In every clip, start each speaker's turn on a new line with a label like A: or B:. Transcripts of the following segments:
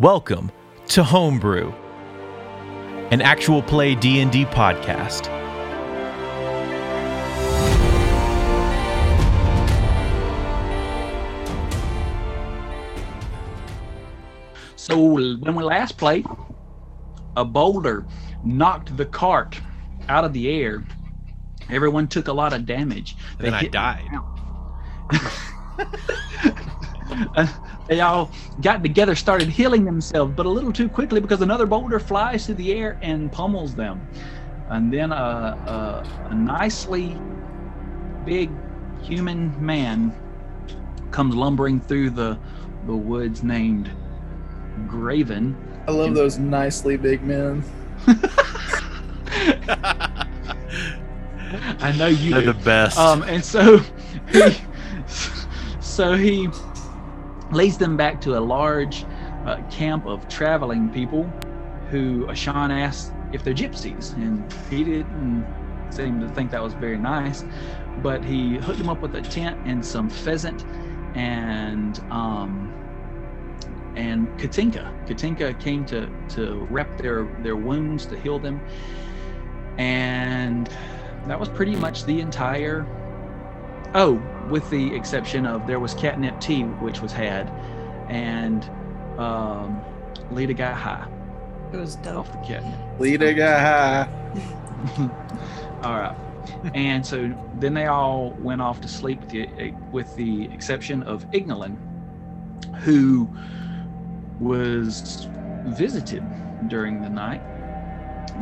A: Welcome to Homebrew, an actual play D&D podcast.
B: So when we last played, a boulder knocked the cart out of the air. Everyone took a lot of damage.
A: And then I
B: hit the
A: died.
B: ground. Uh, they all got together, started healing themselves, but a little too quickly because another boulder flies through the air and pummels them. And then a, a, a nicely big human man comes lumbering through the the woods named Graven.
C: I love those nicely big men.
B: I know you.
D: They're
B: do.
D: the best.
B: Um, and so he, so he leads them back to a large uh, camp of traveling people who Ashan asked if they're gypsies, and he didn't seem to think that was very nice. But he hooked them up with a tent and some pheasant, and um, and Katinka. Katinka came to to rep their their wounds to heal them, and that was pretty much the entire oh with the exception of there was catnip tea which was had and um lita got high
E: It was dope.
B: off the catnip
C: Lita got high.
B: all right and so then they all went off to sleep with the, with the exception of ignolin who was visited during the night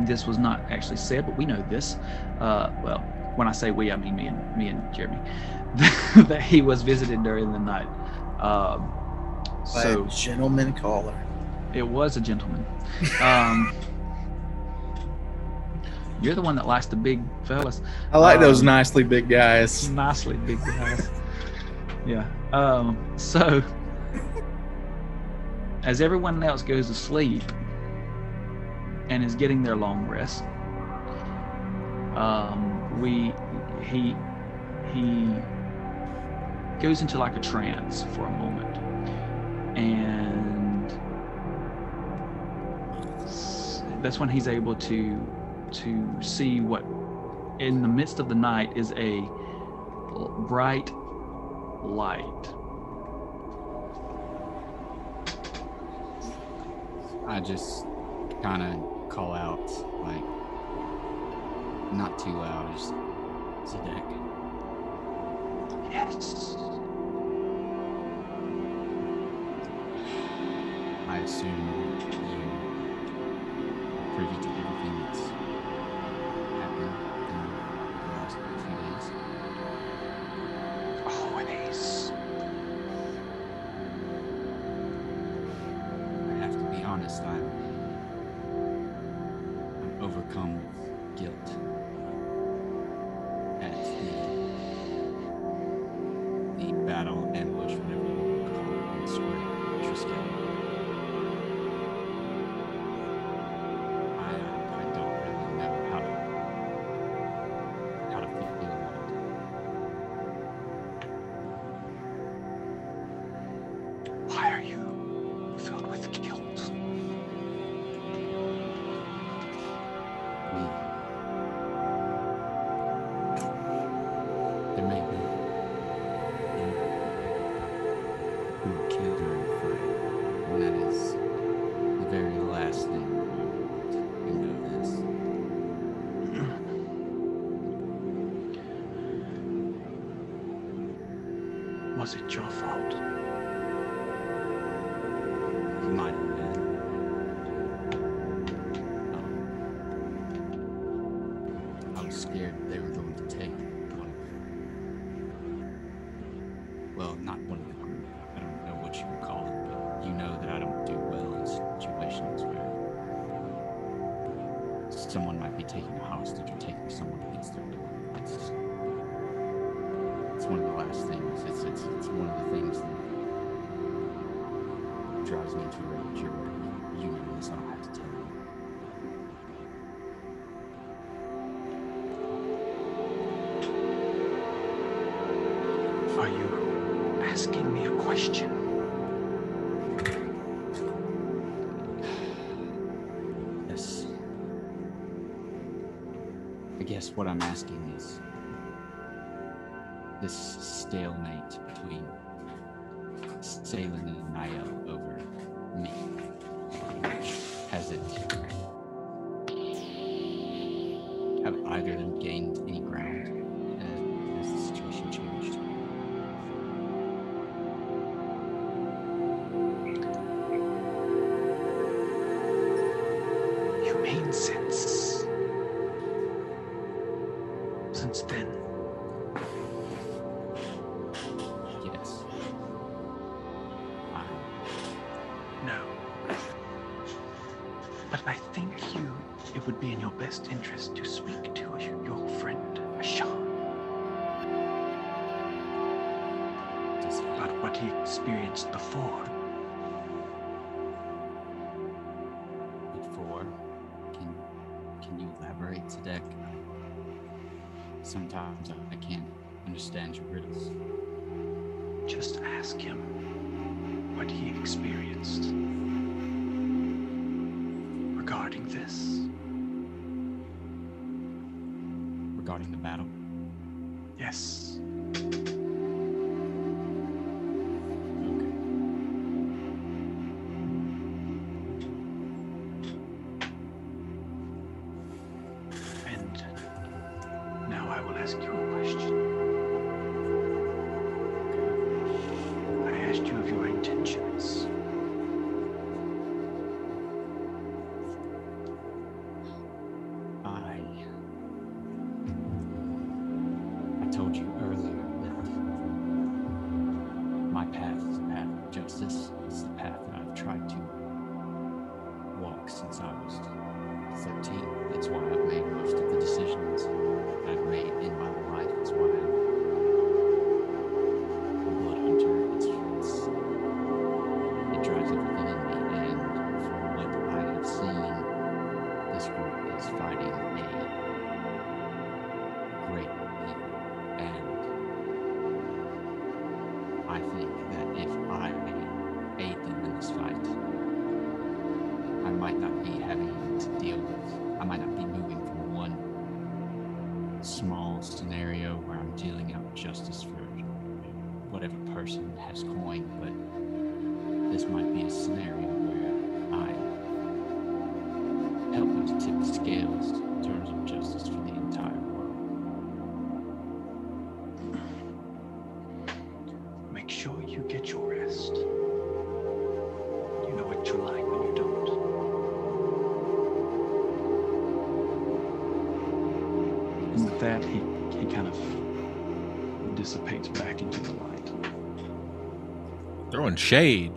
B: this was not actually said but we know this uh, well when i say we i mean me and me and jeremy that he was visited during the night um,
C: By
B: so
C: a gentleman caller.
B: it was a gentleman. Um, you're the one that likes the big fellas.
C: I like those
B: Um,
C: nicely big guys.
B: Nicely big fellas. yeah. Um, so, as everyone else goes to sleep and is getting their long rest, um, we he he goes into like a trance for a moment and s- that's when he's able to to see what in the midst of the night is a l- bright light
F: I just kind of call out, like, not too loud, just Zedek.
B: yes
F: I assume you are privy to everything that's happened in the last few days.
B: always
F: I have to be honest, I'm, I'm overcome with guilt at the, the battle, ambush, whatever you want to call it, on Square Triskel. I, I don't really know how to, how to feel about it.
B: why are you filled with guilt
F: we there may be men Hmm. who were killed during the fray, and that is the very last thing I want. You know this.
B: was it your fault
F: It might have been. Um, Oh. I was scared they were going to take one of them. Well, not one of them. I don't know what you would call it, but you know that I don't do well in situations where someone might be taking a hostage or taking someone against their will. It's, it's one of the last things. It's, it's, it's one of the things that drives me into rage. You're, you know this. I don't have to tell you.
B: Are you asking me a question?
F: guess what I'm asking is this stalemate between Salen and Naya over me. Has it. Have either of them gained any ground? Uh, has the situation changed?
B: You mean since. Since then.
F: Yes. I
B: No. But I think you, it would be in your best interest to speak to your friend, Ashan,
F: just
B: about what he experienced before.
F: before. Can can you elaborate, Sadek? Sometimes I, I can't understand your riddles.
B: Just ask him what he experienced regarding this.
F: Regarding the battle,
B: Yes.
F: okay.
B: And now I will ask you a question. I asked you of your intentions.
F: I I told you earlier that my path is the path of justice. It's the path that I've tried to walk since I was 13. That's why I've made most of the decisions I've made in my life. That's why I'm a blood hunter. It's, it's, it drives everything in me. And from what I have seen, this group is fighting a great evil, and I think that if I aid them in this fight, I might not be having to deal with, I might not be moving from one small scenario where I'm dealing out justice for whatever person has coin, but this might be a scenario where I'm helping to tip the scales in terms of justice for the entire world.
B: Make sure you get your rest. You know what you like when you don't. And with that, he, he kind of dissipates back into the light.
A: Throwing shade.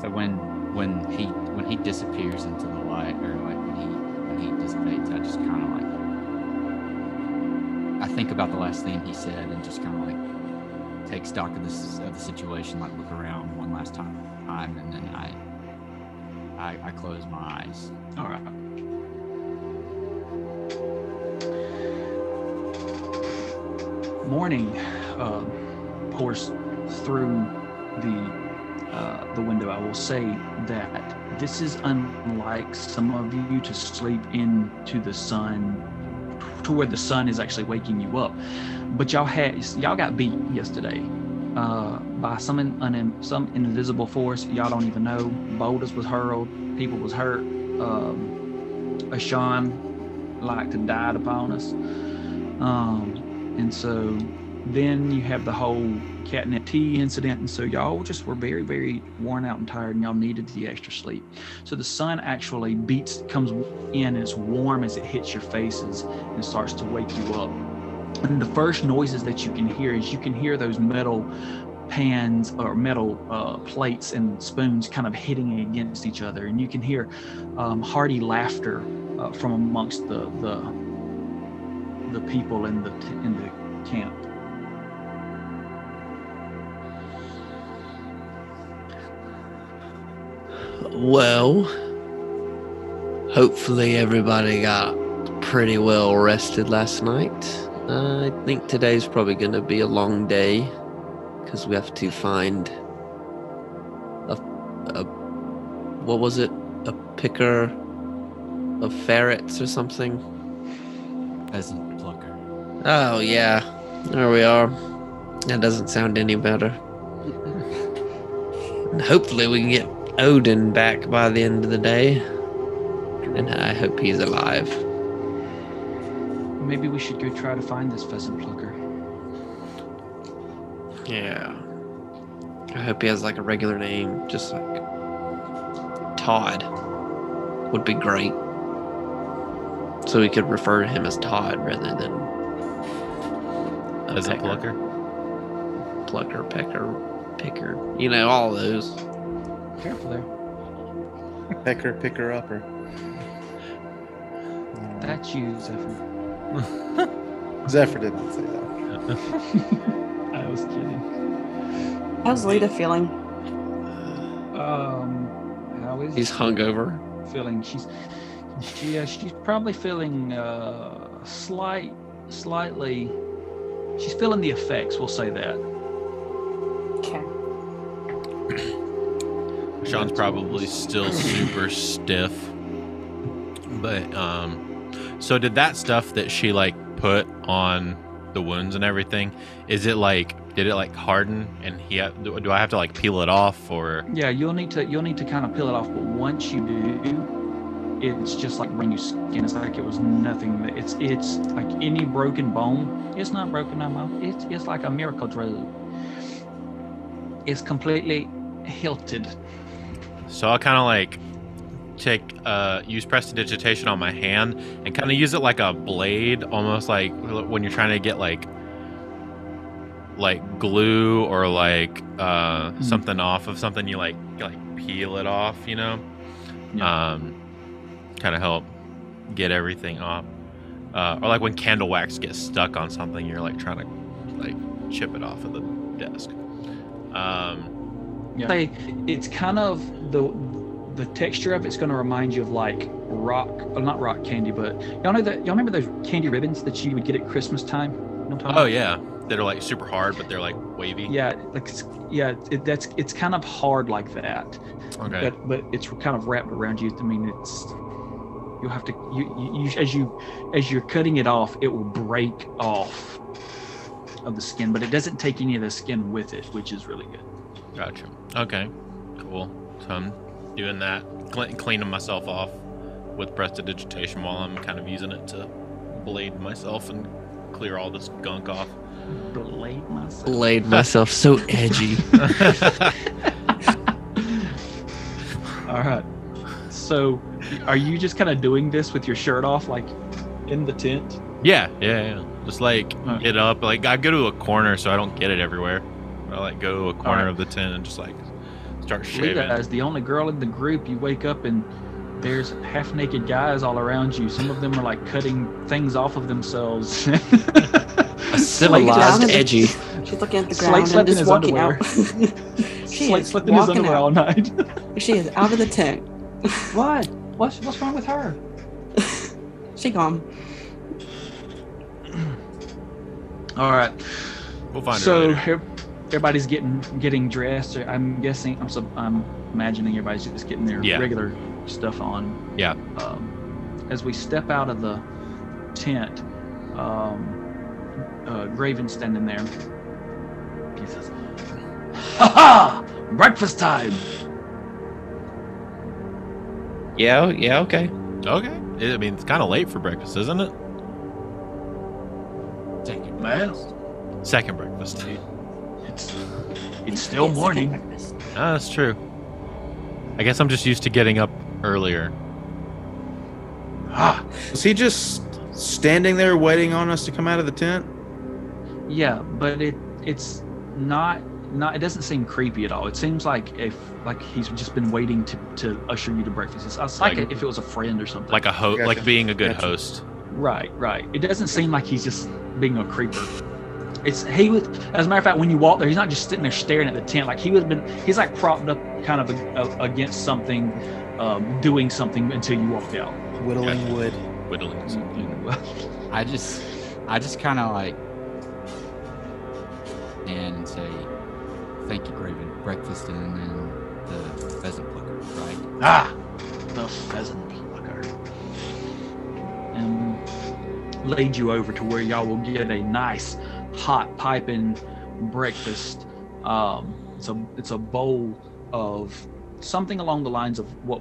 F: So when when he when he disappears into the light, or like when he when he dissipates, I just kind of like I think about the last thing he said and just kind of like take stock of this of the situation, like look around one last time, time and then I I, I close my eyes.
B: All right. Morning uh, pours through the uh, the window. I will say that this is unlike some of you to sleep into the sun, to where the sun is actually waking you up. But y'all had y'all got beat yesterday uh, by some in, un, some invisible force y'all don't even know. Boulders was hurled, people was hurt. Um, Ashan liked to died upon us, um, and so then you have the whole catnip tea incident, and so y'all just were very very worn out and tired, and y'all needed the extra sleep. So the sun actually beats comes in, and it's warm as it hits your faces and starts to wake you up. And the first noises that you can hear is you can hear those metal pans or metal uh, plates and spoons kind of hitting against each other, and you can hear um, hearty laughter uh, from amongst the the the people in the t- in the camp.
D: Well, hopefully everybody got pretty well rested last night. Uh, I think today's probably going to be a long day because we have to find a, a what was it? a picker of ferrets or something?
F: Peasant plucker.
D: Oh, yeah. There we are. That doesn't sound any better. And Hopefully, we can get Odin back by the end of the day. And I hope he's alive.
B: Maybe we should go try to find this pheasant plucker.
D: Yeah. I hope he has like a regular name, just like Todd would be great. So we could refer to him as Todd rather than a
A: As a plucker.
D: plucker, pecker, picker. You know, all those.
B: Careful there.
C: Pecker, picker, upper.
B: That's you, Zephyr.
C: Zephyr did not say that.
B: I was kidding.
E: How's Lita feeling?
B: Um, how is
D: He's hungover.
B: feeling? She's she, uh, she's probably feeling uh slight, slightly. She's feeling the effects. We'll say that.
E: Okay.
A: Sean's probably still super stiff. But um so did that stuff that she like put on the wounds and everything, is it like did it like harden and he ha- do do I have to like peel it off or
B: Yeah, you'll need to you'll need to kind of peel it off, but once you do, it's just like brand new skin. It's like it was nothing. that- It's it's like any broken bone. It's not broken no more. It's it's like a miracle drug. It's completely hilted.
A: so I'll kind of like take uh use prestidigitation on my hand and kind of use it like a blade almost like when you're trying to get like like glue or like uh
B: Hmm.
A: something off of something you like you, like peel it off you know um, kind of help get everything off. Uh, or like when candle wax gets stuck on something, you're like trying to like chip it off of the desk. Um,
B: Yeah. Say it's kind of the the texture of it's going to remind you of like rock, well, not rock candy, but y'all know that y'all remember those candy ribbons that you would get at Christmas time. You know what I'm talking
A: oh yeah, that are like super hard, but they're like wavy.
B: Um, Yeah, like it's- yeah, it, that's it's kind of hard like that,
A: Okay.
B: but but it's kind of wrapped around you. I mean, it's you'll have to you, you, you as you as you're cutting it off, it will break off of the skin, but it doesn't take any of the skin with it, which is really good.
A: Gotcha. Okay. Cool. So I'm doing that, cle- cleaning myself off with prestidigitation while I'm kind of using it to blade myself and clear all this gunk off.
B: Blade myself.
D: Laid myself so edgy.
B: All right. So, are you just kind of doing this with your shirt off, like in the tent?
A: Yeah, yeah, yeah. Just like
B: Huh.
A: get up. Like I go to a corner so I don't get it everywhere. I like go to a corner
B: Alright.
A: of the tent and just like start shaving.
B: Lita is the only girl in the group. You wake up and there's half naked guys all around you. Some of them are like cutting things off of themselves.
D: A
E: down
D: civilized
E: in the-
D: edgy.
E: She's looking at the
B: Slate slept
E: ground and
B: in
E: just
B: his
E: walking
B: underwear.
E: out. she
B: Slate
E: is
B: slept in his
E: walking
B: underwear all
E: out.
B: night.
E: She is out of the tent.
B: what? What's what's wrong with her?
E: She gone.
B: All right.
A: We'll find her
B: so
A: later.
B: ev- everybody's getting getting dressed. or I'm guessing. I'm sub, I'm imagining everybody's just getting their
A: Yeah.
B: regular stuff on.
A: Yeah.
B: Um, as we step out of the tent, um, uh, Graven's standing there. He says, "Ha ha! Breakfast time."
D: Yeah, yeah, okay.
A: Okay. I mean, it's kind of late for breakfast, isn't it?
F: Take it.
B: Man.
A: Second breakfast.
B: It's it's still morning.
A: Ah, that's true. I guess I'm just used to getting up earlier.
B: Ah.
C: Was he just standing there waiting on us to come out of the tent?
B: Yeah, but it it's not not it doesn't seem creepy at all. It seems like if like he's just been waiting to to usher you to breakfast. It's, it's like,
A: Like-
B: if it was a friend or something.
A: Like a ho-
C: Gotcha.
A: like being a good
C: Gotcha.
A: host.
B: right, right. It doesn't seem like he's just being a creeper. It's he was as a matter of fact when you walk there he's not just sitting there staring at the tent like he would have been he's like propped up kind of a, against something um, doing something until you walked out.
C: Whittling
A: Gotcha.
C: wood.
A: Whittling something.
F: I just, I just kind of like, and say, thank you, Graven. Breakfast and then the pheasant plucker, right?
B: Ah, the pheasant plucker. And lead you over to where y'all will get a nice, hot, piping breakfast. Um, it's a it's a bowl of something along the lines of what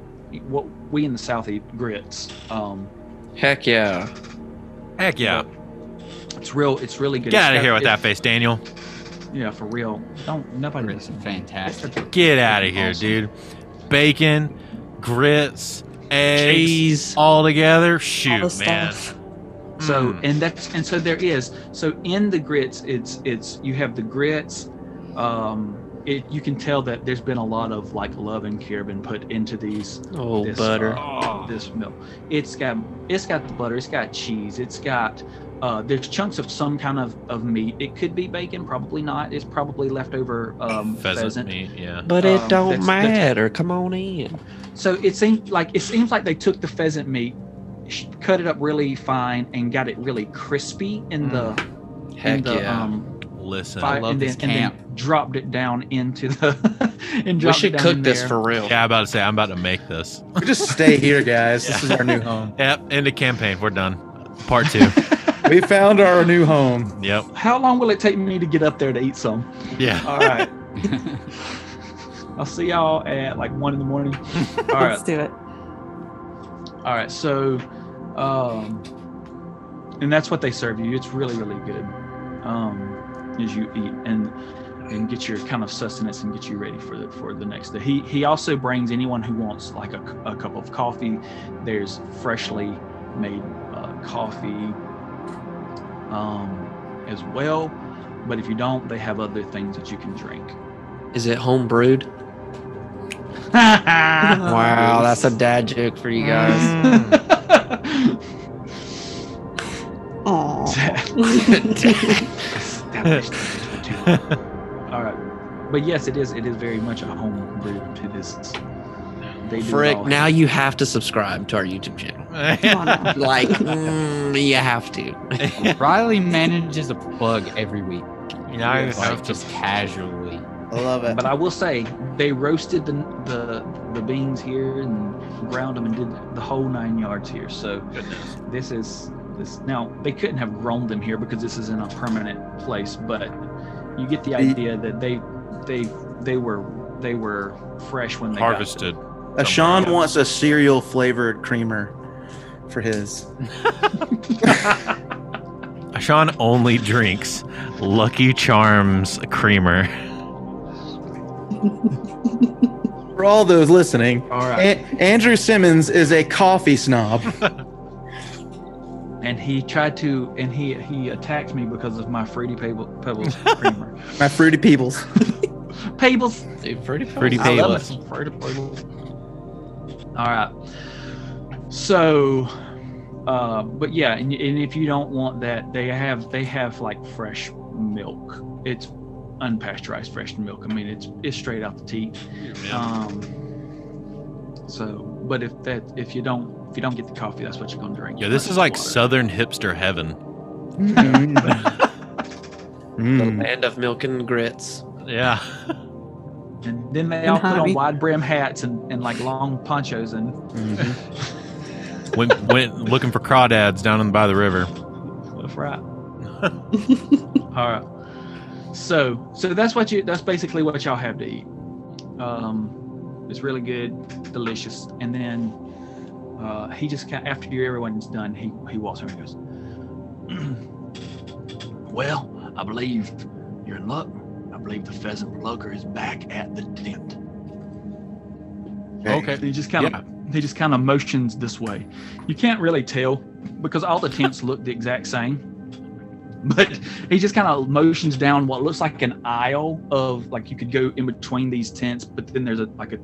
B: what we in the South eat grits. Um,
D: Heck yeah.
A: Heck yeah.
B: it's real. It's really good.
A: Get
B: It's
A: out of
B: got-
A: here with
B: it-
A: that face, Daniel.
B: Yeah, for real. Don't nobody
F: Grits
B: listen.
F: are fantastic.
A: Get out of here,
F: Awesome.
A: dude. Bacon, grits, eggs,
D: Cheese.
A: all together.
E: All the
A: Shoot, man.
E: stuff.
B: So
A: Mm.
B: and that's and so there is so in the grits it's it's you have the grits. Um, it you can tell that there's been a lot of like love and care been put into these
D: Oh,
B: this,
D: butter.
B: uh, this meal. It's got it's got the butter. It's got cheese. It's got uh, there's chunks of some kind of of meat. It could be bacon, probably not. It's probably leftover um,
A: pheasant,
B: pheasant.
A: meat. Yeah.
D: but
B: um,
D: it don't
B: that's- that's-
D: matter. Come on in.
B: So it seems like it seems like they took the pheasant meat, sh- cut it up really fine, and got it really crispy in the in
D: Mm, Heck
B: the
D: yeah.
B: um,
A: Listen.
B: fire,
F: love
B: and,
F: this
B: then, and then dropped it down into the. and
D: we
B: dropped it
D: should
B: down
D: cook
B: in
D: this
B: there.
D: for real.
A: Yeah, I'm about to say I'm about to make this.
C: We just stay here, guys. This is our new home.
A: Yep. End of campaign. We're done. Part two.
C: We found our new home.
A: yep.
B: How long will it take me to get up there to eat some?
A: Yeah.
B: All right, I'll see y'all at like one in the morning. All right,
E: Let's do it.
B: all right. So, um, and that's what they serve you. It's really, really good. Um, as you eat and and get your kind of sustenance and get you ready for the for the next day. He he also brings anyone who wants like a, cu- a cup of coffee. There's freshly made uh, coffee um, as well. But if you don't, they have other things that you can drink.
D: Is it home brewed? Wow, that's a dad joke for you guys.
E: Aw.
B: Established that it would do. All right, but yes, it is. It is very much a home brew to this. They do it
D: Frick,
B: all.
D: now you have to subscribe to our YouTube channel.
E: Come on now.
D: Like, mm, you have to.
F: Riley manages a plug every week.
A: Now I
F: Like,
A: just have to
F: just casually.
C: I love it.
B: But I will say they roasted the the, the beans here and ground them and did the whole nine yards here. So this is this now they couldn't have grown them here because this isn't a permanent place. But you get the idea that they they they were they were fresh when they got them.
A: harvested.
C: Uh, Sean wants a cereal flavored creamer for his.
A: Sean only drinks Lucky Charms creamer.
C: For all those listening,
B: All right.
C: a- Andrew Simmons is a coffee snob.
B: and he tried to and he he attacked me because of my fruity pebble, pebbles creamer
C: My fruity peoples.
B: pebbles
D: Dude, pretty
A: Pretty
B: I love
A: Pebbles.
B: it. fruity pebbles all right so uh but yeah and, and if you don't want that they have they have like fresh milk it's unpasteurized fresh milk i mean it's it's straight out the teat um so but if that if you don't if you don't get the coffee that's what you're gonna drink
A: Yeah, this is like
B: Water.
A: Southern hipster heaven.
C: Mm.
D: The
C: Mm.
D: land of milk and grits.
A: Yeah.
B: And then they
E: And
B: all put on
E: hobby.
B: wide brim hats and, and like long ponchos and
F: Mm-hmm.
C: Mhm.
A: went went looking for crawdads down in by the river.
B: that's right. all right. So so that's what you that's basically what y'all have to eat. Um, it's really good, delicious. And then uh, he just kind after you everyone's done, he he walks over and goes, "Well, I believe you're in luck. I believe the pheasant plucker is back at the tent."
A: Okay.
B: He just kind of he just kind of motions this way. You can't really tell because all the tents look the exact same. But he just kind of motions down what looks like an aisle of like you could go in between these tents, but then there's a like a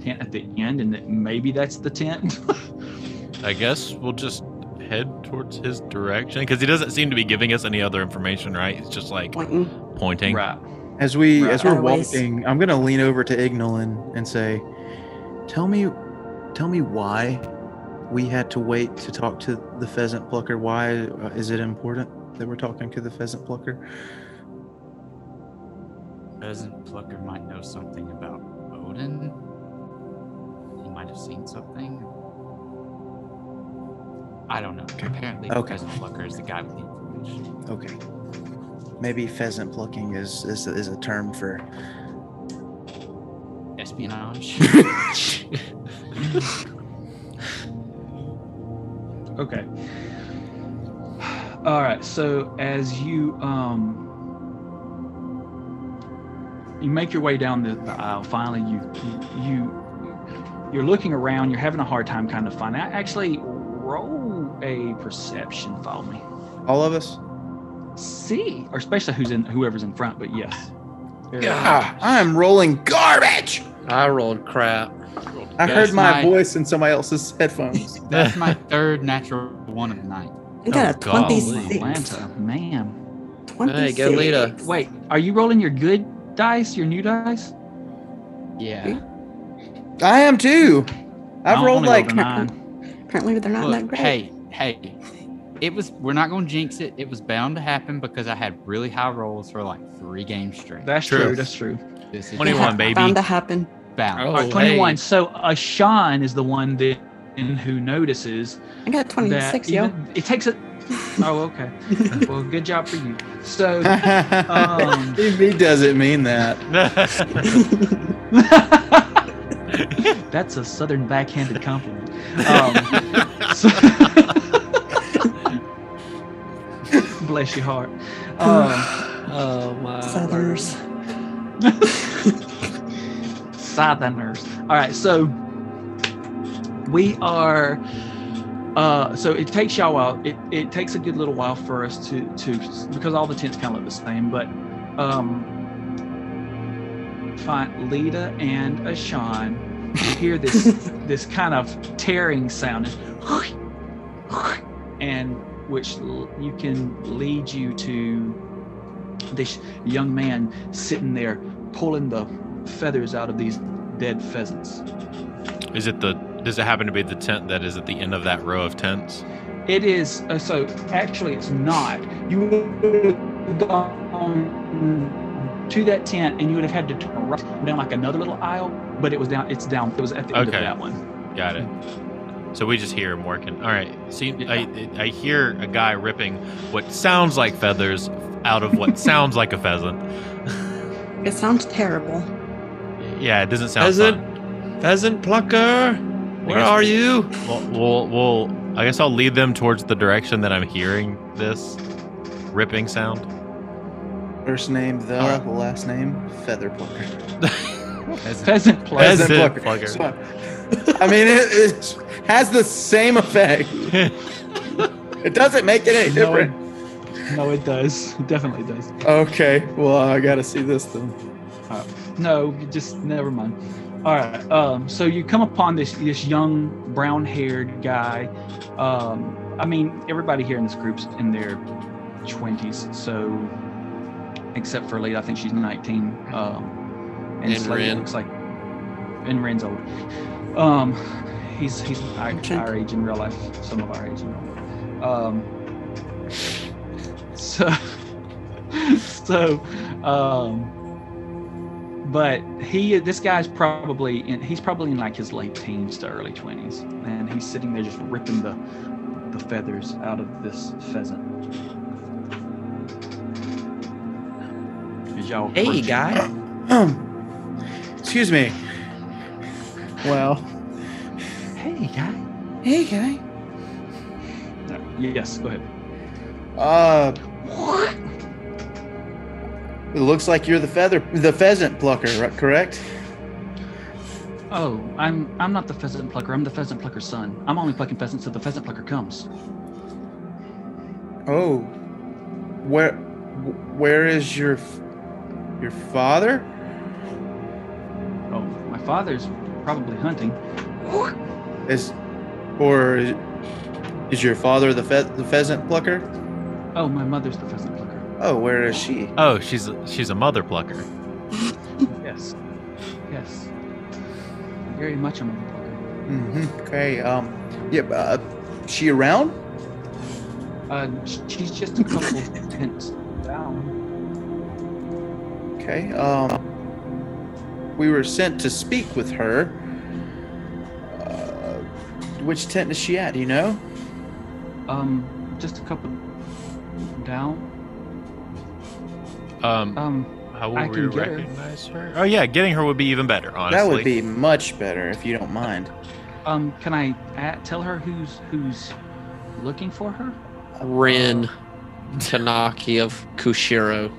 B: tent at the end, and that maybe that's the tent.
A: I guess we'll just head towards his direction because he doesn't seem to be giving us any other information, right? He's just like
E: Pointing.
A: pointing.
B: right.
C: As we
B: Right.
C: as we're
E: Always.
C: walking, I'm gonna lean over to Ignolin and say, "Tell me, tell me why we had to wait to talk to the pheasant plucker. Why uh, is it important that we're talking to the pheasant plucker?
F: Pheasant Plucker might know something about Odin. He might have seen something. I don't know. Apparently, the
C: Okay.
F: Pheasant Plucker is the guy with the information.
C: Okay. Maybe pheasant plucking is is, is a term for.
F: Espionage.
B: Okay. All right. So as you um, you make your way down the, the aisle, finally you you- you you're looking around. You're having a hard time kind of finding. out. Actually, roll a perception. Follow me.
C: All of us.
B: See, or especially who's in whoever's in front. But yes,
D: Yeah.
C: I'm rolling garbage.
D: I rolled crap.
C: I
F: Yes,
C: heard my
F: my-
C: voice in somebody else's headphones.
F: That's my third natural one of the night.
E: You got
A: Oh,
E: a
A: golly.
E: 26.
B: Atlanta, man.
E: 26.
D: Hey, go Lita.
B: Wait, are you rolling your good dice? Your new dice?
F: Yeah.
C: I am too. I've
B: I
C: rolled
B: only
C: like
B: a nine.
E: Apparently, they're not that
F: Look,
E: great.
F: hey, hey. It was. We're not going to jinx it. It was bound to happen because I had really high rolls for like three games straight.
B: That's
A: True.
B: true. That's true.
F: This is
A: 21, baby.
E: Bound to happen.
F: bound.
D: Oh,
B: All right, 21.
D: hey.
B: So Ashan is the one then who notices
E: I got a 26,
B: that
E: yo.
B: even- it takes a. Oh, okay. well, good job for you. So, um,
C: he doesn't mean that.
B: that's a southern backhanded compliment. Um, so- bless your heart. Um,
D: Oh my.
E: Southerners.
B: Southerners. All right, so we are. Uh, so it takes y'all a while. It, it takes a good little while for us to to because all the tents kind of look the same, but um, find Lita and Ashan you hear this this kind of tearing sound, and which l- you can lead you to this young man sitting there pulling the feathers out of these dead pheasants.
A: Is it the? Does it happen to be the tent that is at the end of that row of tents?
B: It is uh, so. Actually, it's not. You would have gone to that tent, and you would have had to turn right down like another little aisle. But it was down. It's down. It was at the end
A: Okay.
B: of that one.
A: Got it. So we just hear him working. All right. See,
B: Yeah.
A: I I hear a guy ripping what sounds like feathers out of what sounds like a pheasant.
E: It sounds terrible.
A: Yeah, it doesn't sound. fun.
D: Pheasant. Pheasant plucker. Where
A: guess-
D: are you?
A: Well, we'll, we'll, I guess I'll lead them towards the direction that I'm hearing this ripping sound.
C: First name the,
A: Alright.
C: last name feather plucker.
B: Pheasant play.
A: Pheasant plucker.
C: So, I mean, it, it has the same effect. It doesn't make it any
B: No, it,
C: different.
B: no, it does. It definitely does.
C: Okay, well, I gotta see this then.
B: No, you just never mind. All right. Um, so you come upon this this young brown-haired guy. Um, I mean, everybody here in this group's in their twenties, so except for Lita, I think she's nineteen. Um, and
D: And
B: Slade
D: Ren.
B: looks like and Ren's old. Um, he's he's our,
E: Okay.
B: our age in real life. Some of our age in real life. Um, so so um but he this guy's probably in he's probably in like his late teens to early 20s and he's sitting there just ripping the the feathers out of this pheasant As y'all
D: Hey,
B: approach-
D: guy.
C: Excuse me. Well,
B: hey guy
C: hey, guy.
B: No, yes go ahead
C: Uh, it looks like you're the feather, the pheasant plucker, right- correct?
B: oh i'm i'm not the pheasant plucker i'm the pheasant plucker's son i'm only plucking pheasants till the pheasant plucker comes
C: Oh, where, wh- where is your, f- your father?
B: oh my father's probably hunting
C: Is, or is, is your father the, fe- the pheasant plucker?
B: oh my mother's the pheasant plucker
C: Oh, where is she?
A: Oh, she's she's a mother plucker.
B: yes yes very much a mother plucker
C: hmm Okay. Um. Yeah. Uh, she around?
B: Uh, sh- she's just a couple tents down.
C: Okay. Um. We were sent to speak with her. which tent is she at? Do you know?
B: Um, just a couple down.
A: Um,
B: Um,
A: how
B: I
A: will we
B: can get her.
A: recognize her? Oh yeah, getting her would be even better. Honestly,
C: That would be much better if you don't mind.
B: um, can I a tell her who's who's looking for her?
D: Rin Tanaki of Kushiro.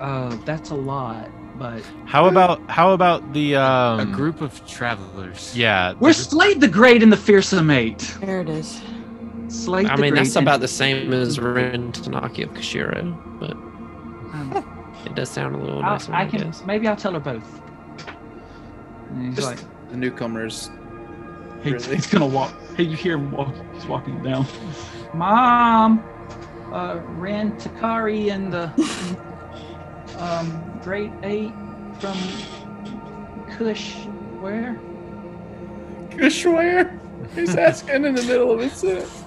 B: Uh, that's a lot, but
A: How about how about the um,
F: a group of travelers.
A: Yeah, the
B: we're
A: group-
B: Slade the Great and the Fearsome Eight.
E: There it is.
B: Slade
D: I
B: the
D: mean,
B: Great.
D: that's about the same as Rin Tanaki of Kushiro, but
B: Um,
D: it does sound a little
B: I'll-
D: nicer,
B: I,
D: I,
B: can
D: guess.
B: maybe I'll tell her both. And he's
C: Just-
B: like,
C: The newcomers.
B: He-
C: Really?
B: He's gonna walk. Hey, you hear him walk. He's walking down. Mom, uh, ran Takari and the um, Great Eight from Kush. Where?
C: Kushware? He's asking in the middle of a sentence.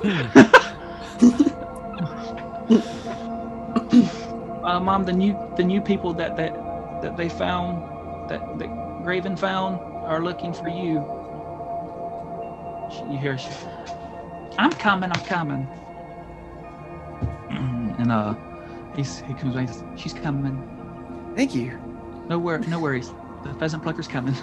B: Uh, Mom, the new the new people that that that they found that that Graven found are looking for you. She- You hear? She, I'm coming. I'm coming. And uh, he's he comes back. She's coming.
C: Thank you.
B: No wor- no worries. The pheasant plucker's coming.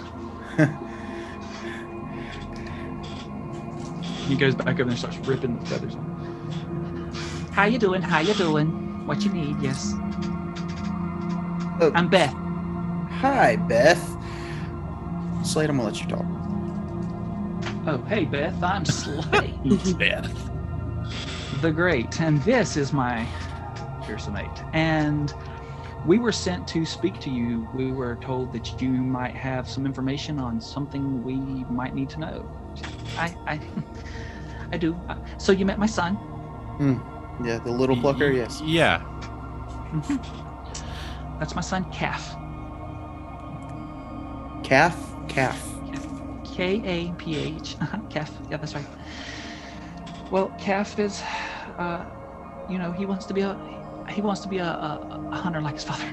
B: he goes back over there and starts ripping the feathers off. How you doing? How you doing? What you need? Yes.
C: Oh.
B: I'm Beth.
C: Hi, Beth. Slade, I'm gonna let you talk.
B: Oh, hey Beth. I'm Slade. the Great, and this is my fearsome eight. And we were sent to speak to you. We were told that you might have some information on something we might need to know. I, I, I do. Uh, So you met my son.
C: Yeah, the little plucker,
A: Mm-hmm.
C: yes.
A: Yeah,
B: That's my son, Calf.
C: Calf? Calf.
B: K A P H. Calf. Yeah, that's right. Well, Calf is, uh, you know, he wants to be a, he wants to be a, a, a hunter like his father.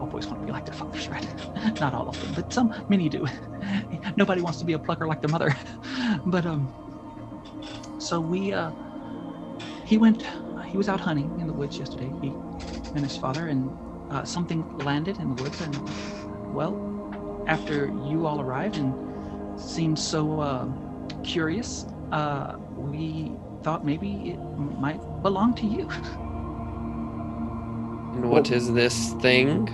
B: All boys want to be like their fathers, right? Not all of them, but some, many do. Nobody wants to be a plucker like their mother. But um, so we, uh, he went, he was out hunting in the woods yesterday. He and his father, and uh, something landed in the woods, and well, after you all arrived and seemed so uh, curious, uh, we thought maybe it might belong to you.
D: And what is this thing?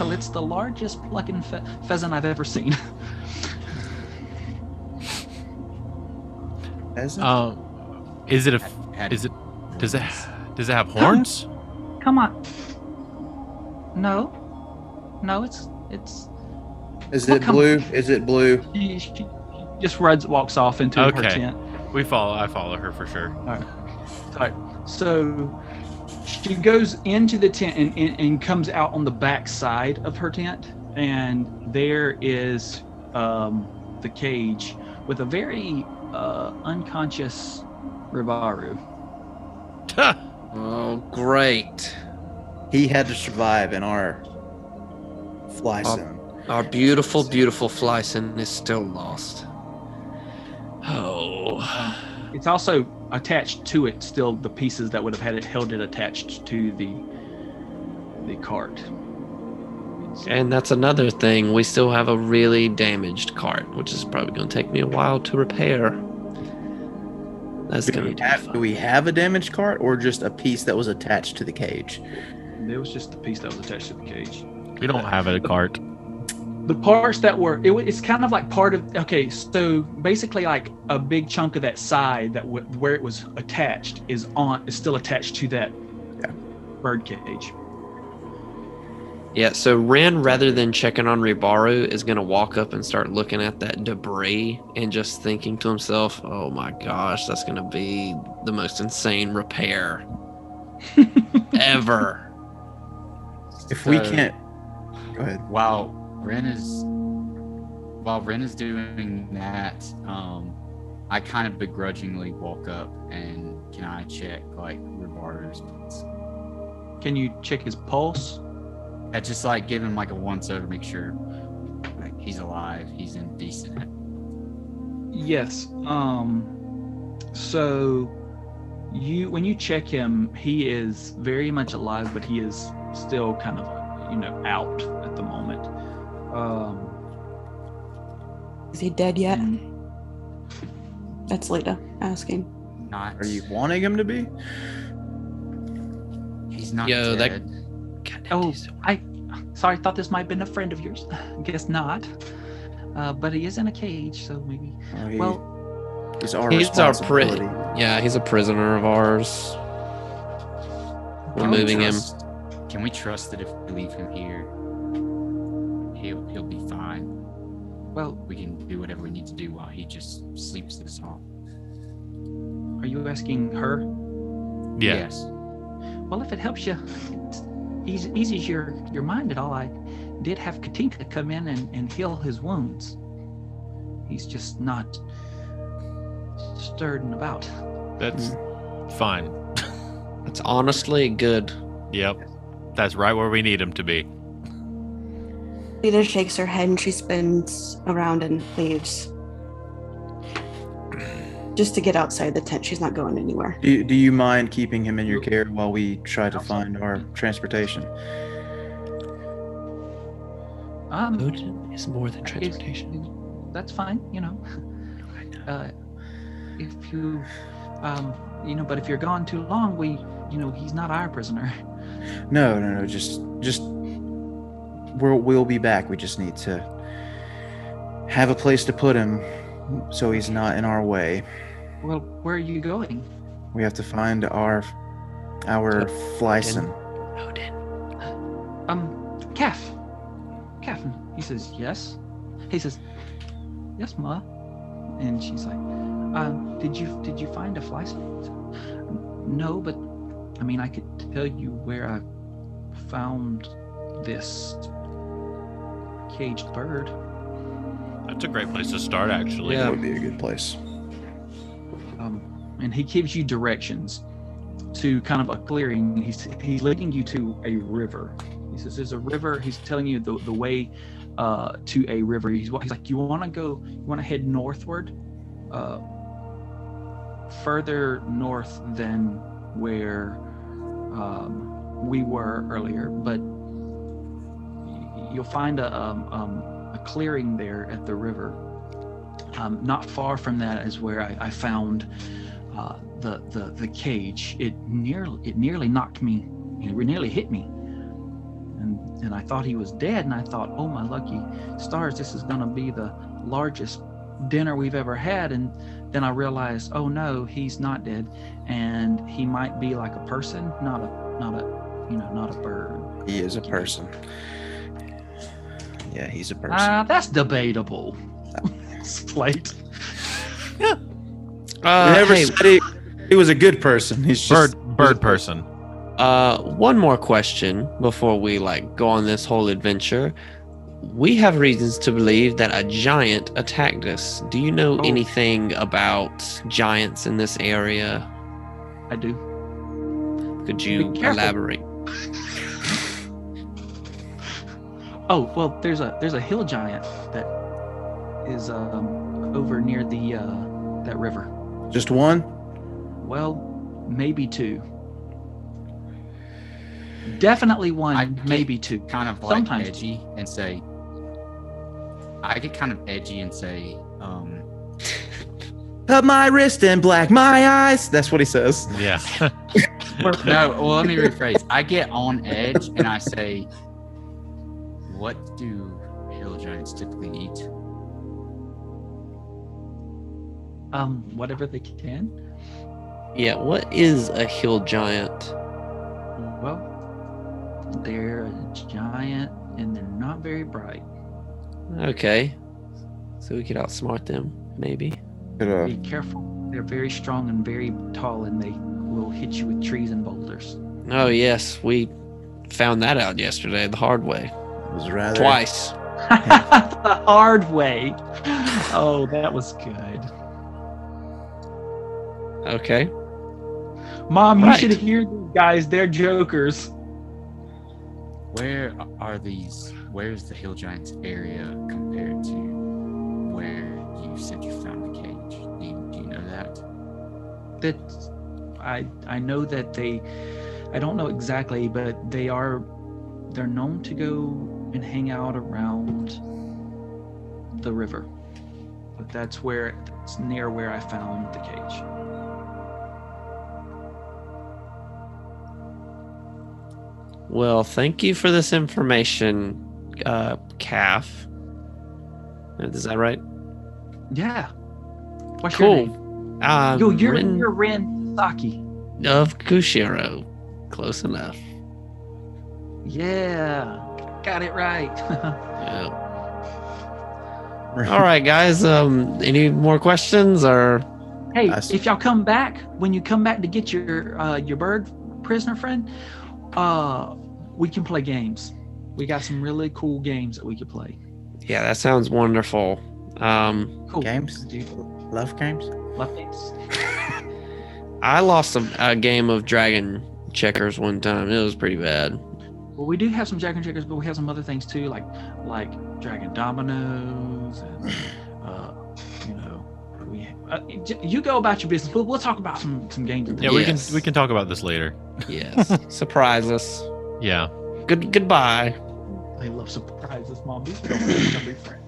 B: Well, it's the largest plucking fe- pheasant I've ever seen.
C: Pheasant?
A: um, is it a
F: Had-
A: is it does it does it have horns?
B: Come on. No, no, it's it's.
C: Is
B: Well,
C: it
B: come-
C: blue? Is it blue?
B: She, she just runs, walks off into her
A: Okay.
B: tent.
A: We follow. I follow her for sure.
B: So she goes into the tent and, and, and comes out on the back side of her tent, and there is um, the cage with a very uh, unconscious Ribaru.
D: Oh, great.
C: He had to survive in our fly
D: Up.
C: zone.
D: Our beautiful, beautiful Flyson is still lost. Oh.
B: It's also attached to it still the pieces that would have had it held it attached to the the cart.
D: And that's another thing. We still have a really damaged cart, which is probably going to take me a while to repair. That's
C: Do
D: going
C: we,
D: to
C: have, do we have a damaged cart or just a piece that was attached to the cage?
B: There was just the piece that was attached to the cage.
A: We don't have it a cart.
B: the parts that were it, wa- it's kind of like part of okay so basically like a big chunk of that side that w- where it was attached is on is still attached to that
C: Yeah.
B: bird cage
D: Yeah, so Ren, rather than checking on Ribaru, is going to walk up and start looking at that debris and just thinking to himself, oh my gosh, that's going to be the most insane repair ever.
C: If we
F: So-
C: can't. Go ahead.
F: while Ren is while Ren is doing that, um, I kind of begrudgingly walk up and can I check like Ribardo's pulse?
B: can you check his pulse
F: I just like give him like a once over, make sure like he's alive, he's in decent.
B: Yes. Um, so you, when you check him, he is very much alive, but he is still kind of, you know, out at the moment. Um,
E: Is he dead yet?
B: and-
E: That's Lita asking.
F: Not.
C: Are you wanting him to be?
F: He's not
D: Yo, that-
F: dead.
D: God,
B: Oh.
D: that is-
B: sorry, thought this might have been a friend of yours. Guess not. Uh, but he is in a cage, so maybe.
C: Oh, he-
B: Well,
C: he's our
D: He's our pri-
C: responsibility.
D: yeah, he's a prisoner of ours. We're
B: Oh,
D: moving him.
F: trust, him. Can we trust that if we leave him here, he'll he'll be fine?
B: well,
F: We can do whatever we need to do while he just sleeps this off.
B: are you asking her?
A: Yeah.
F: Yes.
B: Well, if it helps you, ease, eases your, your mind at all, I did have Katinka come in and, and heal his wounds. He's just not stirred and about.
A: That's fine.
D: That's honestly good.
A: Yep. That's right where we need him to be.
E: Lita shakes her head and she spins around and leaves. Just to get outside the tent. She's not going anywhere.
C: Do you, do you mind keeping him in your care while we try to find our transportation?
B: Um,
D: Food is more than transportation.
B: that's fine, you know. Uh, if you, um, you know, but if you're gone too long, we, you know, he's not our prisoner.
C: No, no, no. Just, just we'll we'll be back. We just need to have a place to put him, so he's not in our way.
B: Well, where are you going?
C: We have to find our our flyson.
D: Odin.
B: Um, calf. Captain. He says, yes. He says, yes, ma. And she's like, um, did you did you find a fly snake? No, but I mean, I could tell you where I found this caged bird.
A: That's a great place to start, actually.
D: Yeah.
C: would be a good place.
B: um, and he gives you directions to kind of a clearing. He's he's leading you to a river. He says there's a river. He's telling you the, the way uh, to a river. He's, wa- he's like you want to go, you want to head northward, uh, further north than where um, we were earlier. But y- you'll find a um, um, a clearing there at the river um, not far from that is where I, I found uh, the, the the cage. It nearly it nearly knocked me. It nearly hit me, and and I thought he was dead. And I thought, oh my lucky stars, this is gonna be the largest dinner we've ever had. And then I realized, oh no, he's not dead, and he might be like a person, not a not a you know not a bird.
C: He is a person. Yeah, he's a person.
B: Ah, that's debatable. Slate.
C: We
D: Uh,
C: never
D: hey,
C: said he, he was a good person. He's just
A: Bird, bird person.
D: uh, one more question before we like go on this whole adventure. We have reasons to believe that a giant attacked us. Do you know
B: Oh.
D: anything about giants in this area?
B: I do.
D: Could you
B: Be careful.
D: elaborate?
B: Oh well, there's a there's a hill giant that is um, over near the uh, that river.
C: just one.
B: Well, maybe two. Definitely one,
F: I get-
B: maybe two.
F: Kind of like
B: Sometimes.
F: edgy and say. I get kind of edgy and say, um,
C: Put my wrist in black. My eyes. That's what he says.
A: Yeah.
F: no. Well, let me rephrase. I get on edge and I say, "What do hill giants typically eat?"
B: Um, whatever they can.
D: Yeah, what is a hill giant?
B: Well, they're a giant and they're not very bright.
D: Okay. So we could outsmart them, maybe.
C: Could, uh,
B: Be careful. They're very strong and very tall, and they will hit you with trees and boulders.
D: Oh, yes, we found that out yesterday the hard way.
C: it was rather
D: Twice.
B: the hard way. Oh, that was good.
D: Okay.
B: Mom,
D: Right.
B: you should hear these guys. They're jokers.
F: Where are these? Where's the hill giants area compared to where you said you found the cage?
B: that I I know that they I don't know exactly, but they are they're known to go and hang out around the river. But that's where it's near where I found the cage.
D: Well, thank you for this information, uh, calf. Is that right?
B: Yeah. What's your name?
D: Cool. Um,
B: Yo, you're
D: Rin
B: you're Ren Saki.
D: of Kushiro. Close enough.
B: Yeah. Got it right.
D: Yeah. All right, guys. Um, any more questions or?
B: hey,
C: I see.
B: if y'all come back, when you come back to get your uh, your bird prisoner friend, uh, we can play games. We got some really cool games that we could play.
D: Yeah, that sounds wonderful. Um,
B: Cool
C: Games? Do you love games?
B: Love games.
D: I lost a, a game of Dragon Checkers one time. It was pretty bad.
B: Well, we do have some Jack and Checkers, but we have some other things too, like like Dragon Dominoes, and uh, you know, we uh, j- you go about your business. We'll, we'll talk about some some games. and
A: Yeah,
B: things.
A: we can
D: Yes.
A: we can talk about this later.
D: Yes. Surprise us.
A: Yeah.
D: Good goodbye.
B: I love surprises, Mom. These are gonna be friends.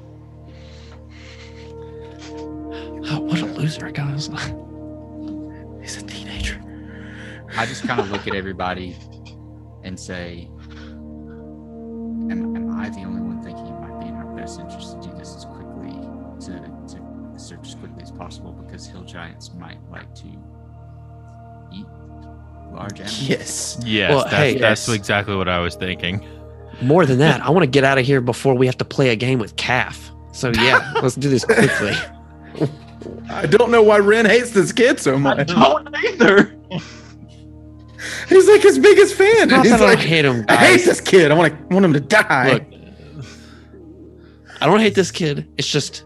D: Oh, what a loser, guys.
C: He's a teenager.
F: I just kind of look at everybody and say, am, am I the only one thinking it might be in our best interest to do this as quickly to, to search as quickly as possible because hill giants might like to eat large animals?
C: Yes.
A: Yes.
D: Well,
A: that's,
D: hey-
A: that's
D: Yes.
A: exactly what I was thinking.
D: More than that, I want to get out of here before we have to play a game with Calf. So yeah, let's do this quickly.
C: I don't know why Ren hates this kid so
B: I
C: much.
B: don't either.
C: He's like his biggest fan.
D: Not
C: He's
D: that I
C: like,
D: don't hate him,
C: I hate
D: guys.
C: this kid. I want to want him to die.
D: Look, I don't hate this kid. It's just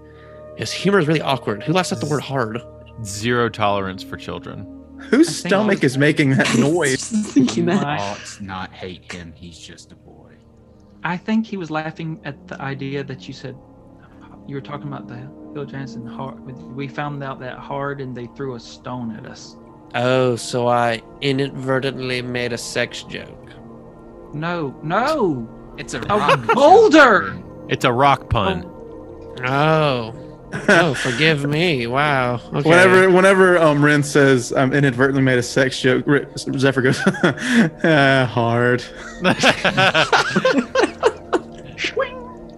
D: his humor is really awkward. Who laughs at the word hard?
A: Zero tolerance for children.
C: Whose
B: I think
C: stomach
B: I was-
C: is making that noise?
E: Just thinking
F: You
E: that.
B: Right.
F: ought not hate him. He's just a boy.
B: I think he was laughing at the idea that you said you were talking about the Hill Giants and hard. We found out that hard, and they threw a stone at us.
D: Oh, so I inadvertently made a sex joke.
B: No, no.
F: It's a
B: A
F: rock
B: boulder!
A: It's a rock pun.
D: Oh. Oh, forgive me. Wow. Okay.
C: Whenever, whenever um, Ren says I'm inadvertently made a sex joke, R- Zephyr goes, ah, "Hard."
D: Oh.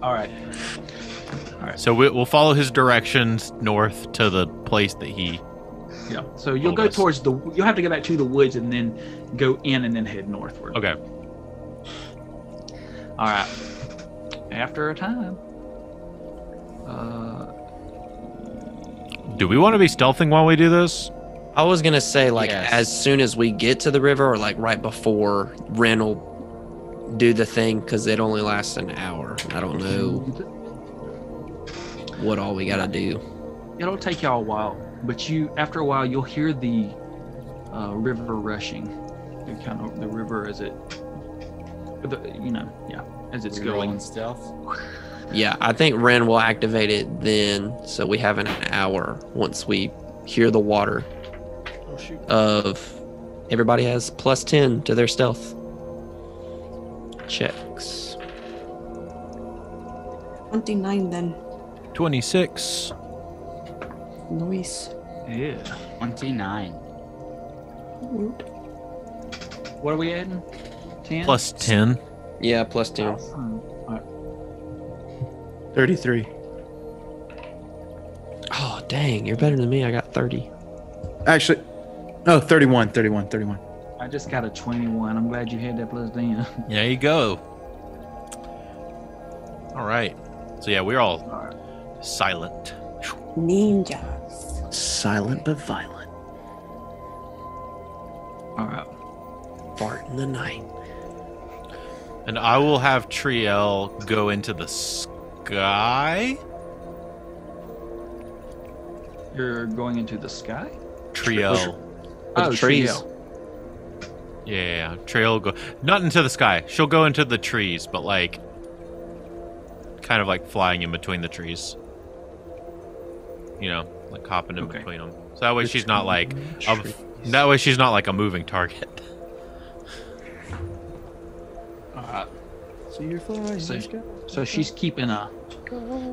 B: All right.
A: so we, we'll follow his directions north to the place that he.
B: Yeah. So you'll
A: Hold
B: go
A: us.
B: towards the. You'll have to go back to the woods and then go in and then head northward.
A: Okay.
B: All right. After a time. Uh,
A: Do we want to be stealthing while we do this?
D: I was gonna say like
F: Yes.
D: as soon as we get to the river or like right before Ren will do the thing because it only lasts an hour. I don't know what all we gotta do.
B: it'll take y'all a while, but you after a while you'll hear the uh, river rushing. The kind of the river as it, the, you know, yeah, as it's
F: It's
B: going.
F: going stealth.
D: Yeah, I think Ren will activate it then, so we have an hour once we hear the water of everybody has plus ten to their stealth checks.
E: 29 then.
A: 26.
E: Nice.
B: Yeah.
F: Twenty-nine.
B: What are we adding? Ten
A: Plus 10.
D: Yeah, plus ten.
B: Awesome.
C: Thirty-three.
D: Oh dang, you're better than me. I got thirty.
C: Actually, no, 31, 31, 31.
B: I just got a twenty-one. I'm glad you had that plus ten.
A: There you go. All right. So, yeah, we're all silent.
E: Ninjas.
C: Silent but violent.
B: All right.
D: Fart in the night.
A: And I will have Triel go into the sky.
B: You're going into the sky?
A: Triel.
D: With
B: Oh,
D: the trees.
B: Triel.
A: Yeah, yeah, yeah. Triel go not into the sky. She'll go into the trees, but like kind of like flying in between the trees. You know, like hopping in
B: Okay.
A: between 'em. between them. So that way she's not like a,
D: Trees.
A: that way she's not like a moving target.
B: Uh,
C: So you're flying.
B: So- so she's keeping a.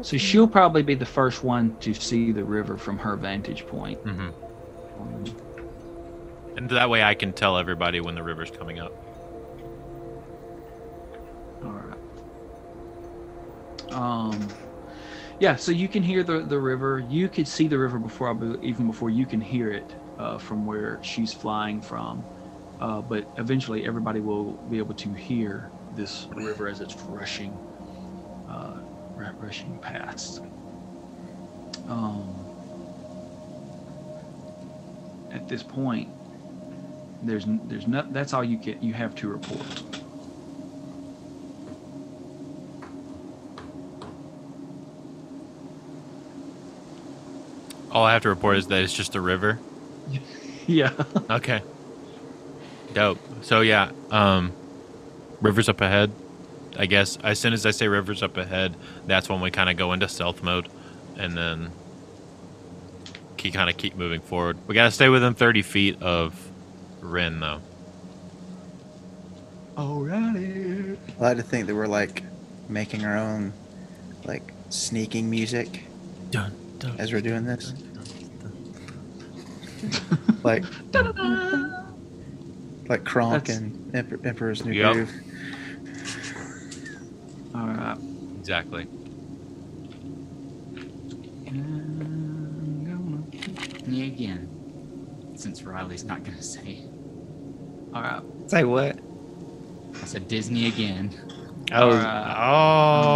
B: So she'll probably be the first one to see the river from her vantage point.
A: hmm And that way I can tell everybody when the river's coming up.
B: All right. Um, yeah. So you can hear the the river. You could see the river before I be- even before you can hear it uh, from where she's flying from. Uh, but eventually, everybody will be able to hear this river as it's rushing, uh, ru- rushing past. Um, at this point, there's n- there's not. That's all you get. You have to report.
A: All I have to report is that it's just a river.
B: Yeah.
A: Okay. Dope. So yeah, um Rivers up ahead. I guess as soon as I say rivers up ahead, that's when we kind of go into stealth mode and then keep kind of keep moving forward. We got to stay within 30 feet of Rin though.
B: Alrighty.
C: I like to think that we're like making our own like sneaking music
A: Dun, dun,
C: as we're doing this. like like Kronk
B: That's-
C: and Emperor, Emperor's New
A: Yep.
C: Groove.
B: Alright.
A: Exactly.
B: I'm gonna-
F: Me again. Since Riley's not gonna say it.
B: Alright.
D: Say what?
F: I said Disney again.
D: Oh,
B: Alright.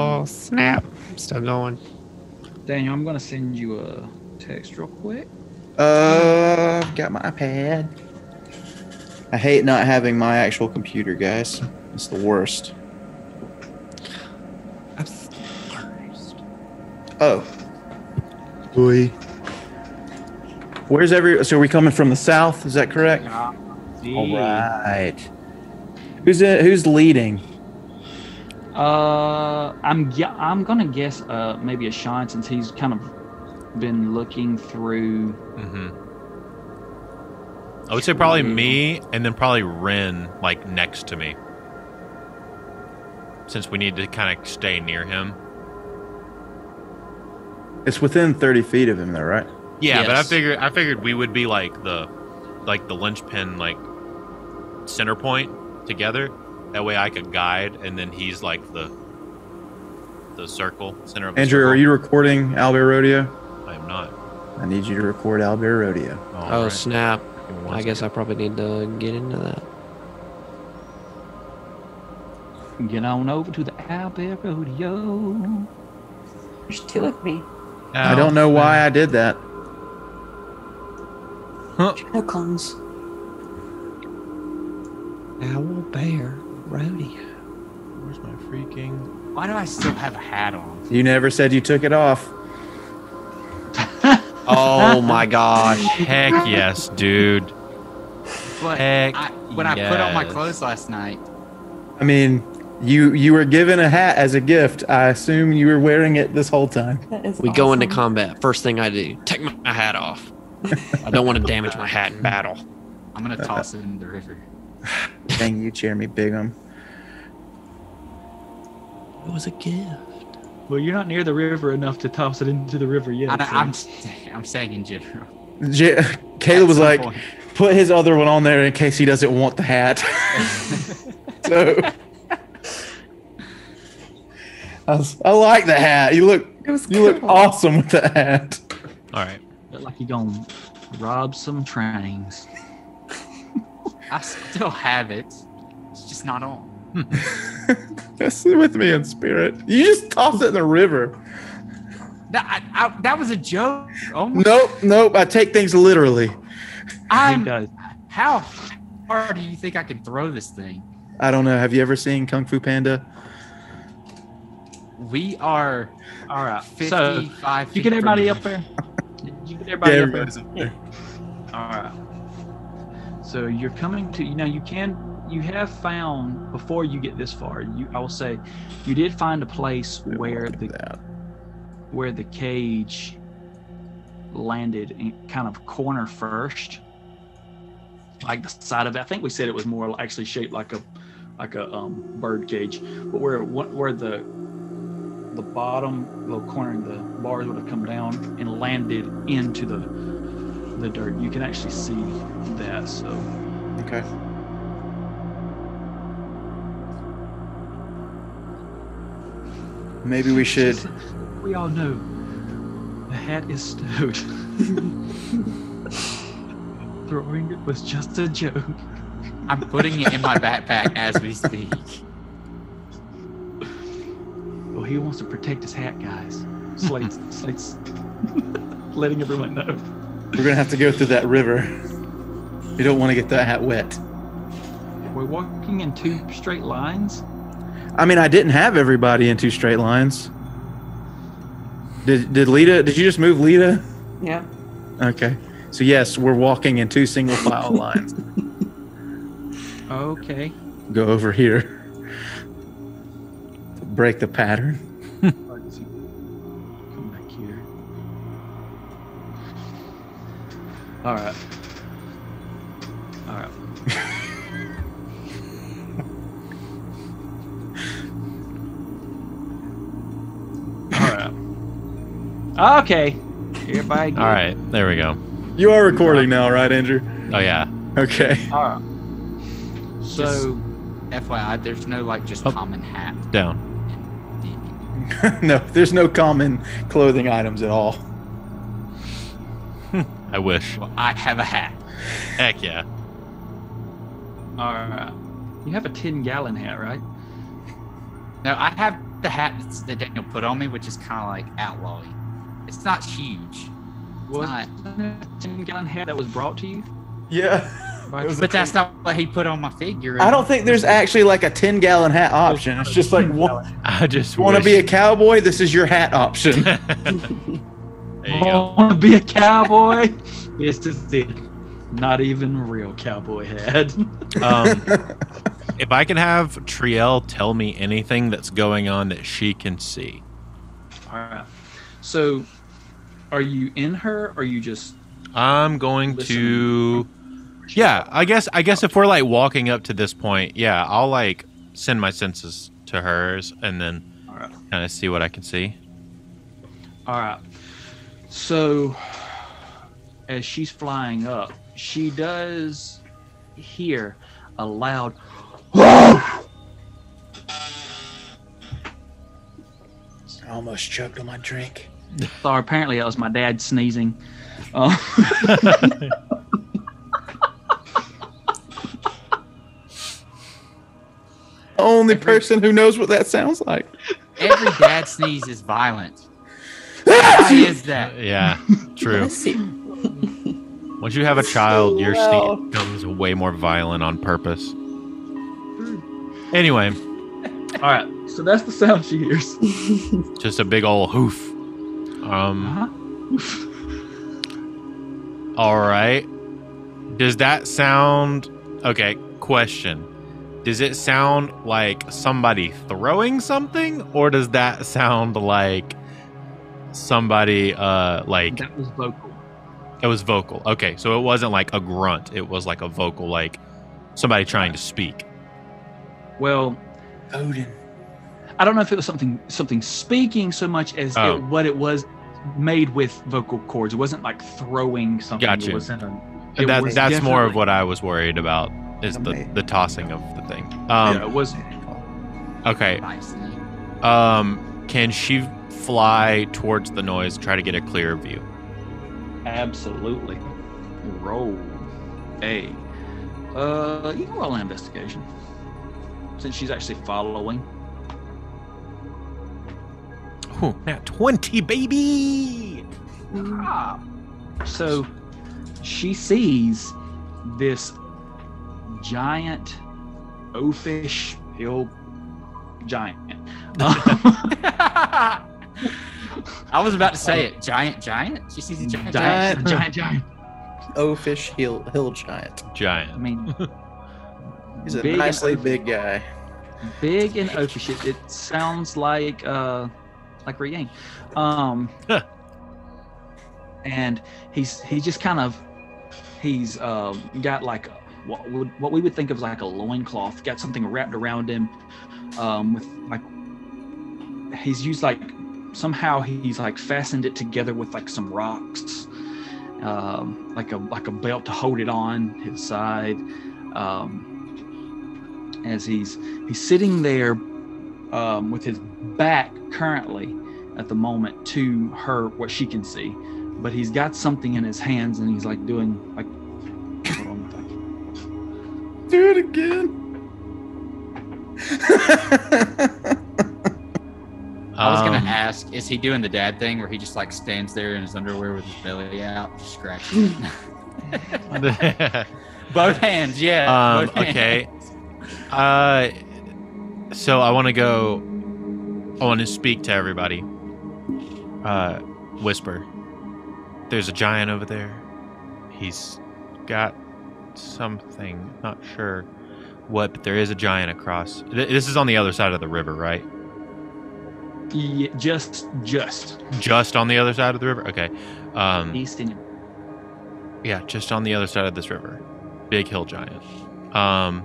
D: oh snap! I'm still going.
B: Daniel, I'm gonna send you a text real quick.
C: Uh, I've got my iPad. I hate not having my actual computer, guys. It's the worst.
D: I'm s-
C: Oh. Boy. Where's every? So are we coming from the south? Is that correct? All right. Who's it? Who's leading?
B: Uh, I'm gu- I'm gonna guess uh maybe a Sean since he's kind of been looking through.
A: Mhm. Mm-hmm. I would say probably me and then probably Rin like next to me. Since we need to kind of stay near him.
C: It's within 30 feet of him, though, right?
A: Yeah, but I
D: Yes.
A: figured I figured we would be like the like the linchpin like center point together. That way I could guide and then he's like the the circle center of the
C: Andrew,
A: circle.
C: are you recording Albert Rodeo?
A: I am not.
C: I need you to record Albert Rodeo.
D: Oh
A: Alright.
D: snap!
A: Give me one
D: I guess I
A: second.
D: probably need to get into that.
B: Get on over to the Albert Rodeo.
E: There's two of me.
C: I don't know why I did that.
E: Shadow clones.
D: Owl bear rodeo.
C: Where's my freaking?
F: Why do I still have a hat on?
C: You never said you took it off.
D: Oh my gosh!
A: Heck yes, dude.
F: But
A: Heck
F: I, when I put on my
A: yes.
F: clothes last night,
C: I mean, you you were given a hat as a gift. I assume you were wearing it this whole time.
E: That is
D: We go into
E: awesome.
D: combat. First thing I do, take my my hat off. I don't want to damage my hat in battle.
F: I'm gonna toss it in the river.
C: Dang you, Jeremy
F: um.
C: Bigham.
D: It was a gift.
B: Well, you're not near the river enough to toss it into the river yet.
F: I,
B: so-
F: I'm I'm saying in general.
C: J-
F: At
C: Caleb was
F: some
C: like,
F: point.
C: put his other one on there in case he doesn't want the hat. so I, was- I like the hat. You look
E: It was
C: you look
E: cool.
C: awesome with the hat.
A: All right.
B: Look like you're gonna rob some trains.
F: I still have it. It's just not on.
C: That's with me in spirit. You just toss it in the river.
F: That, I, I, that was a joke. Oh my,
C: Nope, nope. I take things literally.
B: he
F: I'm,
B: does.
F: how far do you think I can throw this thing?
C: I don't know. Have you ever seen Kung Fu Panda?
F: We are
B: All right. Uh, So
F: 55
B: you
F: feet
B: get
F: from
B: everybody
F: the-
B: up there. You get everybody
C: Yeah,
B: up there.
C: everybody's up there.
B: All right. So you're coming to you know you can you have found before you get this far you I will say you did find a place
C: We won't
B: where
C: do
B: the
C: that.
B: where the cage landed in kind of corner first. Like the side of it, I think we said it was more actually shaped like a like a um, bird cage, but where it went- where the the bottom little corner of the bars would have come down and landed into the the dirt. You can actually see that. So
C: Okay. Maybe we should.
B: we all know the hat is stowed. Throwing it was just a joke.
F: I'm putting it in my backpack as we speak.
B: Well, he wants to protect his hat, guys. Slates, Slates, letting everyone know.
C: We're gonna have to go through that river. You don't want to get that hat wet.
B: We're walking in two straight lines.
C: I mean, I didn't have everybody in two straight lines. Did did Lita? Did you just move Lita?
E: Yeah.
C: Okay. So yes, we're walking in two single file lines.
B: Okay.
C: Go over here. Break the pattern.
B: Come back here. All right. All right. All right. Okay. Everybody.
A: All right, there we go.
C: You are recording now, right, Andrew?
A: Oh yeah.
C: Okay.
B: All right. So.
F: FYI, there's no like just
A: Oh.
F: common hat.
A: Down.
C: no, there's no common clothing items at all.
A: I wish.
F: Well, I have a hat.
A: Heck yeah.
B: All right. You have a 10 gallon hat, right?
F: No, I have the hat that's- that Daniel put on me, which is kind of like outlawy. It's not huge,
B: Was
F: not.
B: it a 10 gallon hat that was brought to you?
C: Yeah.
B: By-
C: It was a
F: but that's not what he put on my figure.
C: I don't think there's actually like a 10 gallon hat option. It's just like, wa-
A: I just
C: you want to
A: wish-
C: be a cowboy? This is your hat option.
A: there you go.
B: Want to be a cowboy? this is it. Not even a real cowboy hat.
A: Um, if I can have Triel tell me anything that's going on that she can see,
B: All right. So, are you in her? Or are you just?
A: I'm going to. Yeah, I guess. I guess if we're like walking up to this point, yeah, I'll like send my senses to hers and then
B: All right.
A: kind of see what I can see.
B: All right. So, as she's flying up, she does hear a loud
C: I almost choked on my drink.
B: Sorry, apparently that was my dad sneezing. Uh,
C: Only
F: Every-
C: person who knows what that sounds like.
F: Every dad sneeze is violent. Why is that?
A: Yeah, true.
E: Let's see.
A: Once you have a child, your sneeze becomes way more violent on purpose. Anyway,
B: all right, so that's the sound she hears.
A: just a big old hoof. Um.
B: Uh-huh.
A: All right. Does that sound okay? Question Does it sound like somebody throwing something, or does that sound like somebody, uh, like
B: That was vocal.
A: it was vocal? Okay, so it wasn't like a grunt, it was like a vocal, like somebody trying to speak.
B: Well,
C: Odin.
B: I don't know if it was something something speaking so much as
A: Oh.
B: it, what it was made with vocal cords. It wasn't like throwing something.
A: Gotcha.
B: It wasn't a, it
A: That,
B: was
A: that's more of
B: definitely-
A: what I was worried about is the, the tossing of the thing.
B: yeah,
A: Um,
B: it was.
A: okay,
F: Nice sneeze.
A: um, can she fly towards the noise, try to get a clear view?
B: Absolutely. Roll a. Uh, you can roll an investigation since she's actually following.
A: Ooh, nat 20, baby!
B: Ah. So she sees this giant oafish hill giant. Um,
F: I was about to say it. Giant, giant. She sees a giant. giant.
B: giant, giant, giant.
C: Oh, fish hill, hill giant.
B: I
A: Giant.
B: mean,
C: He's a
B: Big and
C: nicely
B: oafish.
C: big guy.
B: big and oafish. It, it sounds like uh, like Riyang. Um, and he's he just kind of he's uh, got like what would what we would think of as like a loincloth got something wrapped around him um, with like he's used like somehow he's like fastened it together with like some rocks um, like a like a belt to hold it on his side um, as he's he's sitting there um, with his back currently at the moment to her what she can see but he's got something in his hands and he's like doing like hold on, if I can-
C: Do it again.
F: I was
A: Um,
F: gonna ask, is he doing the dad thing where he just like stands there in his underwear with his belly out, just scratching? both hands, yeah.
A: um,
F: both hands.
A: okay. Uh, so I want to go. I want to speak to everybody. Uh, whisper. There's a giant over there. He's got something. Not sure what, but there is a giant across. Th- This is on the other side of the river, right?
B: yeah, just just
A: Just on the other side of the river. Okay. Um,
B: east and
A: Yeah, just on the other side of this river. Big hill giant. Um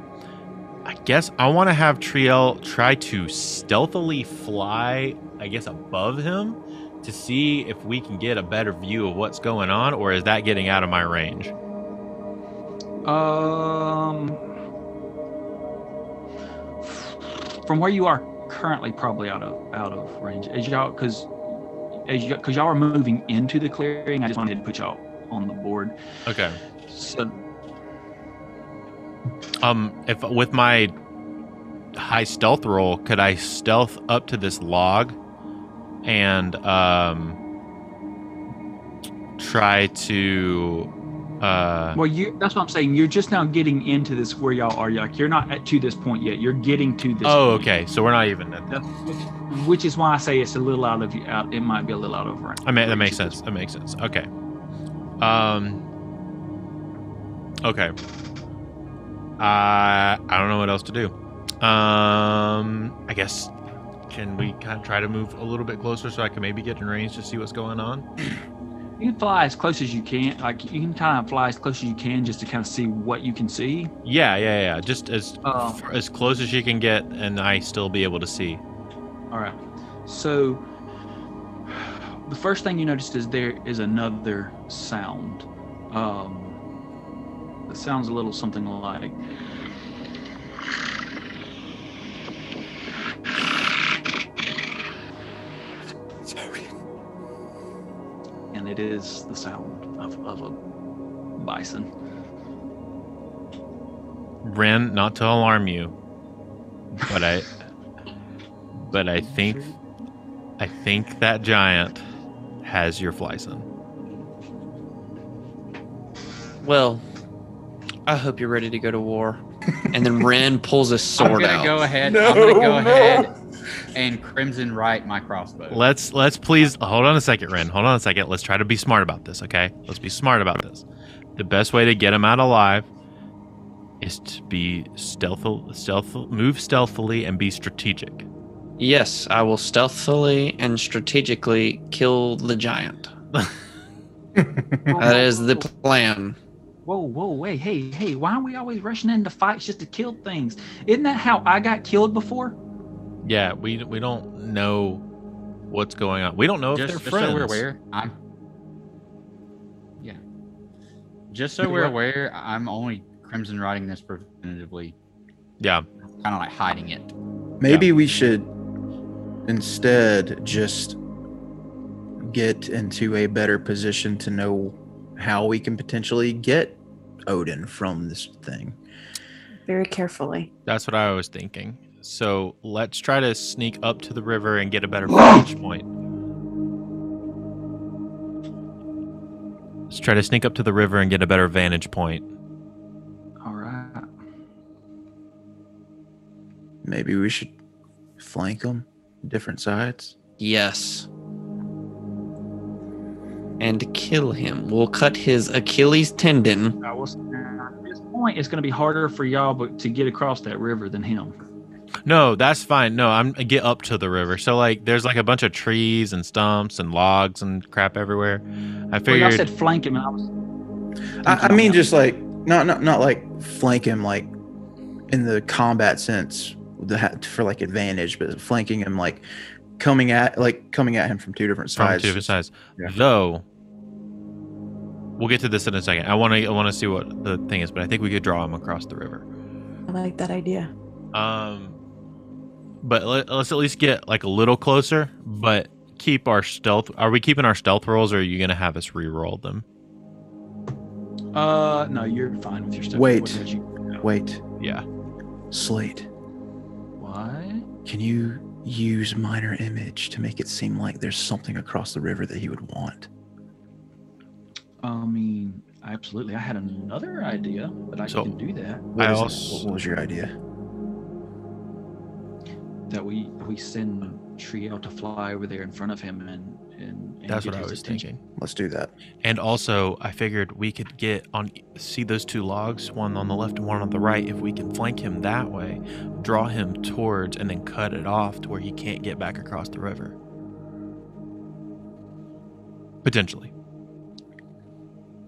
A: I guess I want to have Triel try to stealthily fly, I guess above him to see if we can get a better view of what's going on or is that getting out of my range?
B: Um, from where you are currently, probably out of out of range. As y'all, because as you because y'all are moving into the clearing, I just wanted to put y'all on the board.
A: Okay.
B: So
A: Um if with my high stealth roll, could I stealth up to this log and um try to uh
B: Well, you that's what I'm saying. You're just now getting into this where y'all are. Like you're not at, to this point yet. You're getting to this.
A: Oh,
B: point.
A: okay. So we're not even at
B: That's- which- Which is why I say it's a little out of out. It might be a little out of range.
A: I mean, that makes sense. That makes sense. Okay. Um. Okay. Uh, I I don't know what else to do. Um. I guess can we kind of try to move a little bit closer so I can maybe get in range to see what's going on?
B: You can fly as close as you can. Like you can kind of fly as close as you can just to kind of see what you can see.
A: Yeah, yeah, yeah. Just as
B: Um,
A: f- as close as you can get, and I still be able to see.
B: All right. So the first thing you noticed is there is another sound. Um, it sounds a little something like. And it is the sound of, of a bison.
A: Ren, not to alarm you, but I, but I think, I think that giant has your flyson.
D: Well, I hope you're ready to go to war. And then Ren pulls his
F: I'm
D: sword
F: gonna
D: out.
F: go ahead.
C: No,
F: I'm gonna go
C: no.
F: ahead and crimson right my crossbow.
A: Let's let's please hold on a second, Ren. Hold on a second. Let's try to be smart about this, okay? Let's be smart about this. The best way to get him out alive is to be stealthful, stealth, move stealthily and be strategic.
D: Yes, I will stealthily and strategically kill the giant. That is the plan.
B: Whoa, whoa, wait, hey, hey, why are we always rushing into fights just to kill things? Isn't that how I got killed before?
A: Yeah, we we don't know what's going on. We don't know if
F: just,
A: they're
F: just
A: friends.
F: so we're aware, I'm. Yeah. Just so we're aware, I'm only crimson riding this preventatively,
A: Yeah.
F: kind of like hiding it.
C: Maybe we should instead just get into a better position to know how we can potentially get Odin from this thing.
E: Very carefully.
A: That's what I was thinking. So let's try to sneak up to the river and get a better vantage point. Let's try to sneak up to the river and get a better vantage point.
B: All right.
C: Maybe we should flank them different sides.
D: Yes. And kill him. We'll cut his Achilles tendon.
B: I will say, at this point, it's going to be harder for y'all but to get across that river than him.
A: No, that's fine. No, I'm I get up to the river. So like, there's like a bunch of trees and stumps and logs and crap everywhere. I
B: Well,
A: figured.
B: y'all said flank him, and I was.
C: I, I
B: thinking
C: mean,
B: about-
C: just like not not not like flank him like in the combat sense the ha- for like advantage, but flanking him like coming at like coming at him from two different
A: from
C: sides.
A: two different sides.
C: Yeah.
A: Though we'll get to this in a second. I want to I want to see what the thing is, but I think we could draw him across the river.
E: I like that idea.
A: Um, but let, us at least get like a little closer. But keep our stealth. Are we keeping our stealth rolls, or are you gonna have us re-roll them?
B: Uh, no, you're fine with your stuff.
C: Wait.
B: What? did you-
C: Wait,
A: Yeah.
C: Slate,
B: What?
C: can you use minor image to make it seem like there's something across the river that he would want?
B: I mean, absolutely. I had another idea, but I
A: So-
B: can do that.
C: What
A: I
C: is it?
A: also-
C: What was your idea?
B: That we we send Triel to fly over there in front of him and and, and
A: That's
B: get
A: what I
B: his
A: was
B: attention.
A: thinking.
C: Let's do that.
A: And also, I figured we could get on see those two logs, one on the left and one on the right. If we can flank him that way, draw him towards, and then cut it off to where he can't get back across the river. Potentially.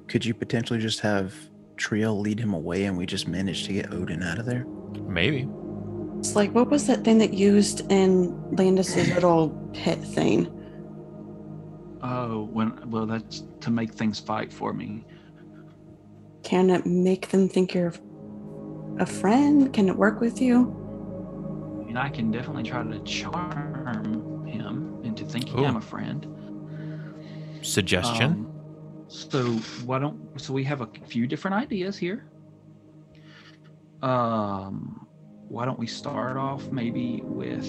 C: Could you potentially just have Triel lead him away, and we just manage to get Odin out of there?
A: Maybe.
E: It's like, what was that thing that used in Landis's little pit thing?
B: Oh, when well, that's to make things fight for me.
E: Can it make them think you're a friend? Can it work with you?
B: And I can definitely try to charm him into thinking
A: Ooh.
B: I'm a friend.
A: Suggestion.
B: Um, so why don't so we have a few different ideas here. Um, why don't we start off maybe with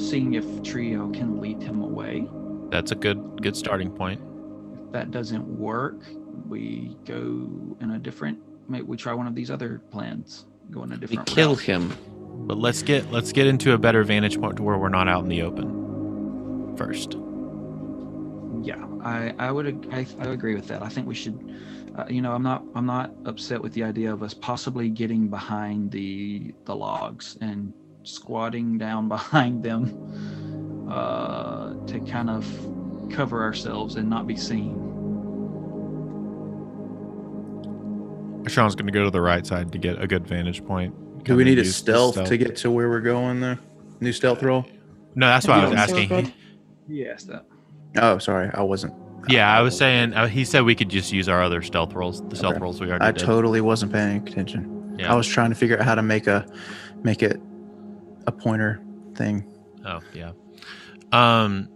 B: seeing if Trio can lead him away.
C: Um,
A: That's a good good starting point.
B: If that doesn't work, we go in a different. Maybe we try one of these other plans. Go in a
D: We
B: different.
D: kill
B: route.
D: him.
A: But let's get let's get into a better vantage point to where we're not out in the open. First.
B: Yeah, I, I would ag- I, I agree with that. I think we should, uh, you know, I'm not I'm not upset with the idea of us possibly getting behind the the logs and squatting down behind them uh, to kind of cover ourselves and not be seen.
A: Sean's gonna go to the right side to get a good vantage point.
C: Do we
A: Kinda
C: need a
A: use the
C: stealth, to get to where we're going there? New stealth roll?
A: No, that's what I
E: You
A: was
E: don't think
A: asking.
E: so, good?
B: Yes, that.
C: Oh, sorry, I wasn't.
A: Yeah, I was saying. Uh, he said we could just use our other stealth rolls. The stealth
C: Okay.
A: rolls we already
C: I
A: did.
C: totally wasn't paying attention.
A: Yeah.
C: I was trying to figure out how to make a make it a pointer thing.
A: oh yeah. Um.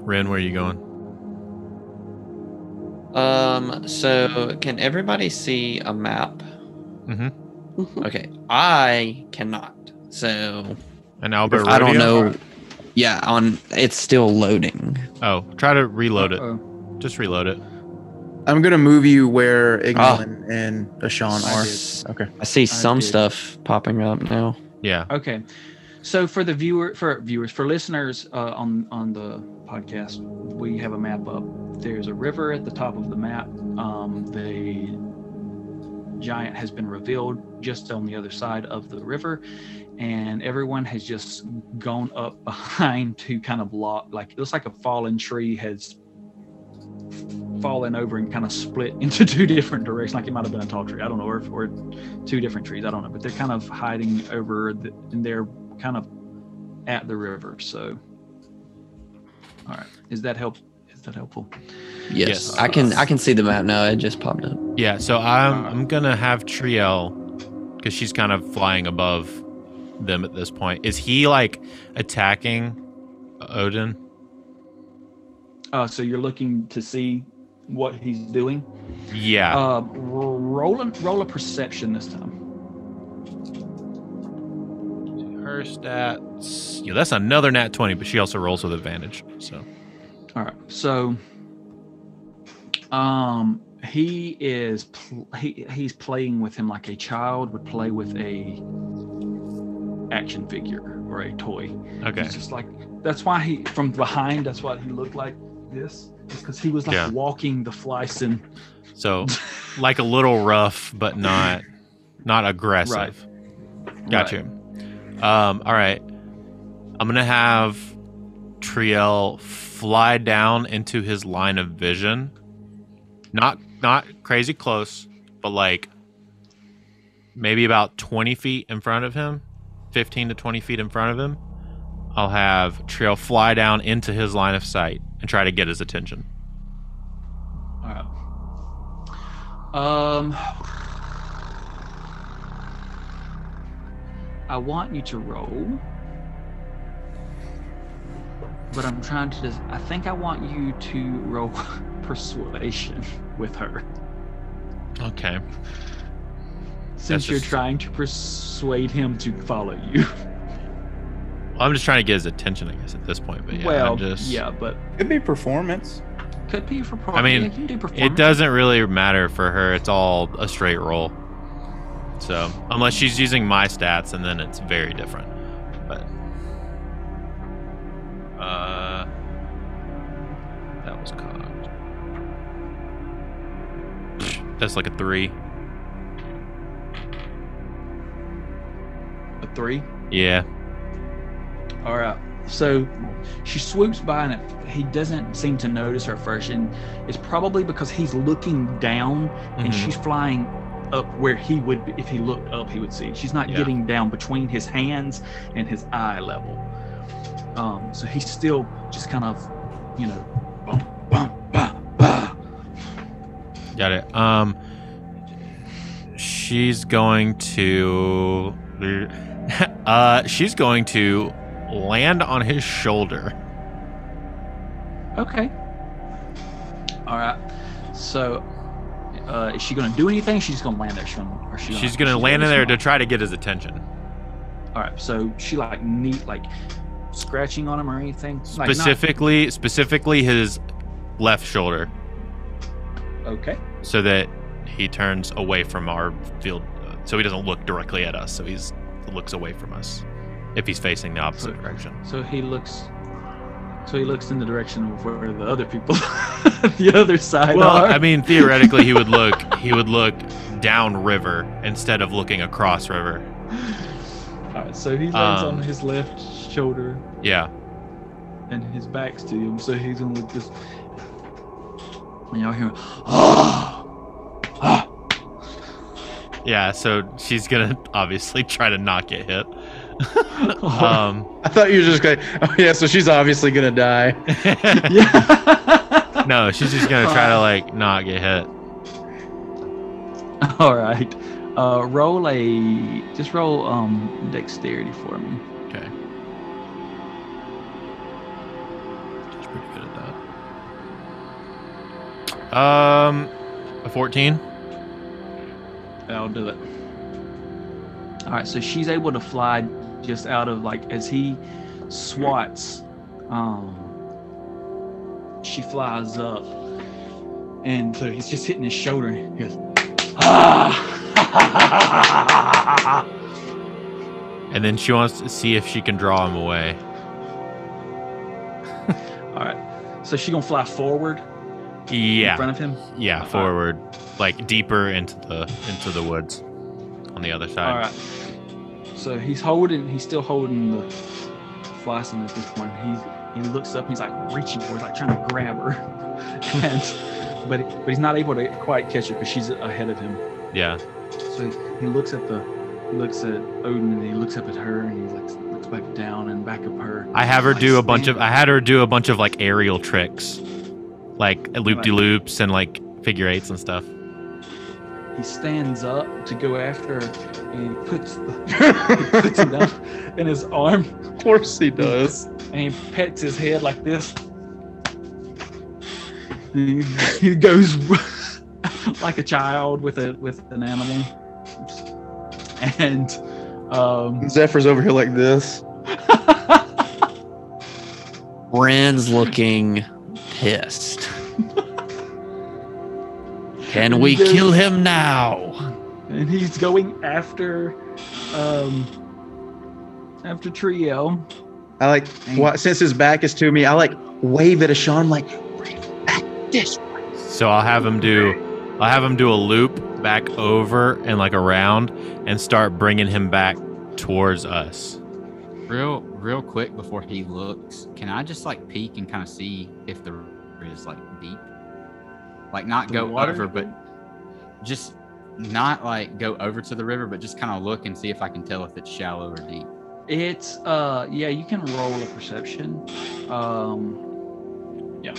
A: Ren, where are you going?
D: Um, so can everybody see a map?
E: Mhm.
D: Okay, I cannot. So
A: And Albert,
C: Because
D: I don't
A: Rodeo?
D: know. Yeah, on it's still loading.
A: Oh, try to reload it.
B: Uh-oh.
A: Just reload it.
C: I'm gonna move you
A: Ah.
C: where Ignolin and Ashan
B: I
C: are.
B: did.
D: S-
C: Okay.
D: I see some
B: did.
D: stuff popping up now.
A: Yeah.
B: Okay, so for the viewer for viewers for listeners uh, on on the podcast, we have a map up. There's a river at the top of the map. Um, the giant has been revealed just on the other side of the river and everyone has just gone up behind to kind of lock like it looks like a fallen tree has fallen over and kind of split into two different directions like it might have been a tall tree i don't know or, or two different trees i don't know but they're kind of hiding over the, and they're kind of at the river so all right is that help is that helpful
D: Yes,
A: Yes.
D: I can. I can see the map now. It just popped up.
A: Yeah. So I'm I'm gonna have Triel, because she's kind of flying above them at this point. Is he like attacking Odin?
B: uh, so you're looking to see what he's doing
A: Yeah.
B: Uh, r- roll a, roll a perception this time.
A: Her stats. Yeah, that's another nat twenty, but she also rolls with advantage. So
B: All right. So, um, he is pl- he he's playing with him like a child would play with a action figure or a toy.
A: okay.
B: He's just like that's why he from behind. That's why he looked like this because he was like
A: Yeah.
B: walking the Flyson.
A: So like a little rough, but not not aggressive. Got you. Um, all right. I'm gonna have Triel fly down into his line of vision. Not not crazy close, but like maybe about 20 feet in front of him, 15 to 20 feet in front of him. I'll have Triel fly down into his line of sight and try to get his attention.
B: All right. Um, I want you to roll, but I'm trying to. Just, I think I want you to roll persuasion with her,
A: Okay.
B: since you're
A: just-
B: trying to persuade him to follow you.
A: I'm just trying to get his attention, I guess, at this point. But yeah,
B: well,
A: I'm just,
B: yeah, but
C: Could be performance.
B: could be for. Pro-
A: I mean,
B: yeah, you can do performance.
A: It doesn't really matter for her. It's all a straight roll. So unless she's using my stats, and then it's very different. But uh, that was cocked. That's like a three.
B: A three.
A: Yeah.
B: All right. So she swoops by, and it, he doesn't seem to notice her first, and it's probably because he's looking down, and
A: Mhm.
B: she's flying up where he would, be, if he looked up, he would see. She's not
A: Yeah.
B: getting down between his hands and his eye level. Um, so he's still just kind of, you know, bum, bum, bum, bum.
A: Got it. Um, she's going to, uh, she's going to land on his shoulder.
B: Okay. All right. So. Uh, is she gonna do anything? She's just gonna land there. She's gonna, or she gonna,
A: She's gonna land in
B: just
A: there
B: gonna-
A: to try to get his attention.
B: All right, so she like neat like scratching on him or anything. Like, not-
A: Specifically, specifically his left shoulder,
B: okay.
A: so that he turns away from our field, uh, so he doesn't look directly at us. So he's looks away from us if he's facing the opposite
B: So-
A: direction.
B: So he looks. So he looks in the direction of where the other people, the other side
A: Well,
B: are.
A: I mean, theoretically, he would look he would look down river instead of looking across river.
B: All right, so he lands
A: um,
B: on his left shoulder
A: Yeah.
B: and his back's to him, so he's gonna look this. And y'all hear,
A: Uh. Yeah, so she's gonna obviously try to not get hit. Um,
C: I thought you were just going. to Oh yeah, so she's obviously gonna die.
B: yeah.
A: no, she's just gonna try to like not get hit.
B: All right, uh, roll a just roll um dexterity for me.
A: Okay. She's pretty good at that. Um, a 14.
B: I'll do it. All right, so she's able to fly just out of like as he swats, um, she flies up, and so he's just hitting his shoulder, and he goes, ah!
A: And then she wants to see if she can draw him away.
B: All right, so she gonna fly forward in
A: Yeah.
B: front of him.
A: Yeah, forward. Like deeper into the into the woods on the other side.
B: All right, so he's holding, he's still holding the flyson at this point. He's he looks up, and he's like reaching for, her, he's like trying to grab her, and but but he's not able to quite catch her because she's ahead of him.
A: Yeah.
B: So he, he looks at the he looks at Odin and he looks up at her and he looks looks back down and back up her.
A: I have her
B: Like
A: do a bunch of
B: standing.
A: I had her do a bunch of like aerial tricks. Like loop de loops and like figure eights and stuff.
B: He stands up to go after her and he puts the he puts it up in his arm
C: Of course he does.
B: and he pets his head like this. And he- he goes like a child with a with an animal. And um
C: Zephyr's over here like this.
D: Bran's looking pissed. Can we
B: Yes.
D: kill him now?
B: and he's going after um after Trio.
C: I like wa- since his back is to me. I like wave at Ashan like
A: So I'll have him do I'll have him do a loop back over and like around and start bringing him back towards us.
F: Real, real quick before he looks, can I just like peek and kind of see if the river is like deep? Like not
B: The
F: go
B: water?
F: over, but just not like go over to the river, but just kind of look and see if I can tell if it's shallow or deep.
B: It's uh yeah, you can roll a perception. Um yeah.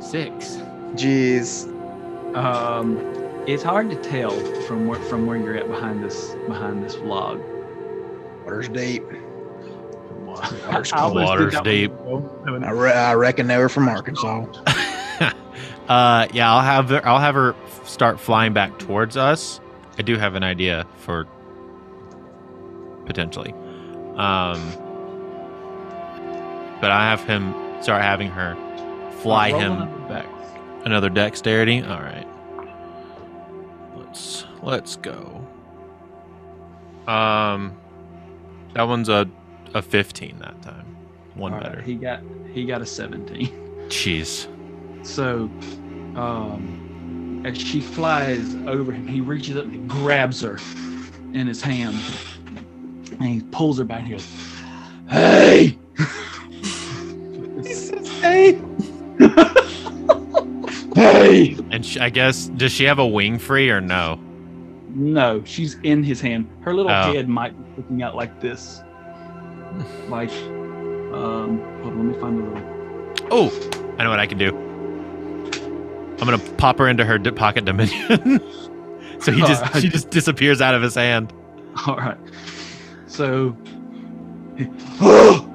F: Six.
C: Jeez.
B: Um it's hard to tell from where from where you're at behind this behind this log.
G: Water's deep. Water's
B: I
G: cold.
B: always did
A: Water's
B: that one.
A: deep.
G: I, re- I reckon they were from Arkansas.
A: uh, yeah, I'll have her, I'll have her f- start flying back towards us. I do have an idea for potentially, um, but I have him start having her fly
B: Roll
A: him
B: another
A: back. Another dexterity. All right, let's let's go. Um, that one's a a fifteen that time. One
B: All right,
A: better.
B: He got he got a 17.
A: Jeez.
B: So, um, as she flies over him, he reaches up and he grabs her in his hand and he pulls her back and he goes, Hey!
G: Hey!
A: And sh I guess does she have a wing free or no?
B: No, she's in his hand. Her little
A: Oh.
B: head might be sticking out like this. Like, um, hold on, let me find the little.
A: Oh, I know what I can do. I'm gonna pop her into her di- pocket dimension. so he just
B: Alright.
A: she just disappears out of his hand.
B: All right. So, oh,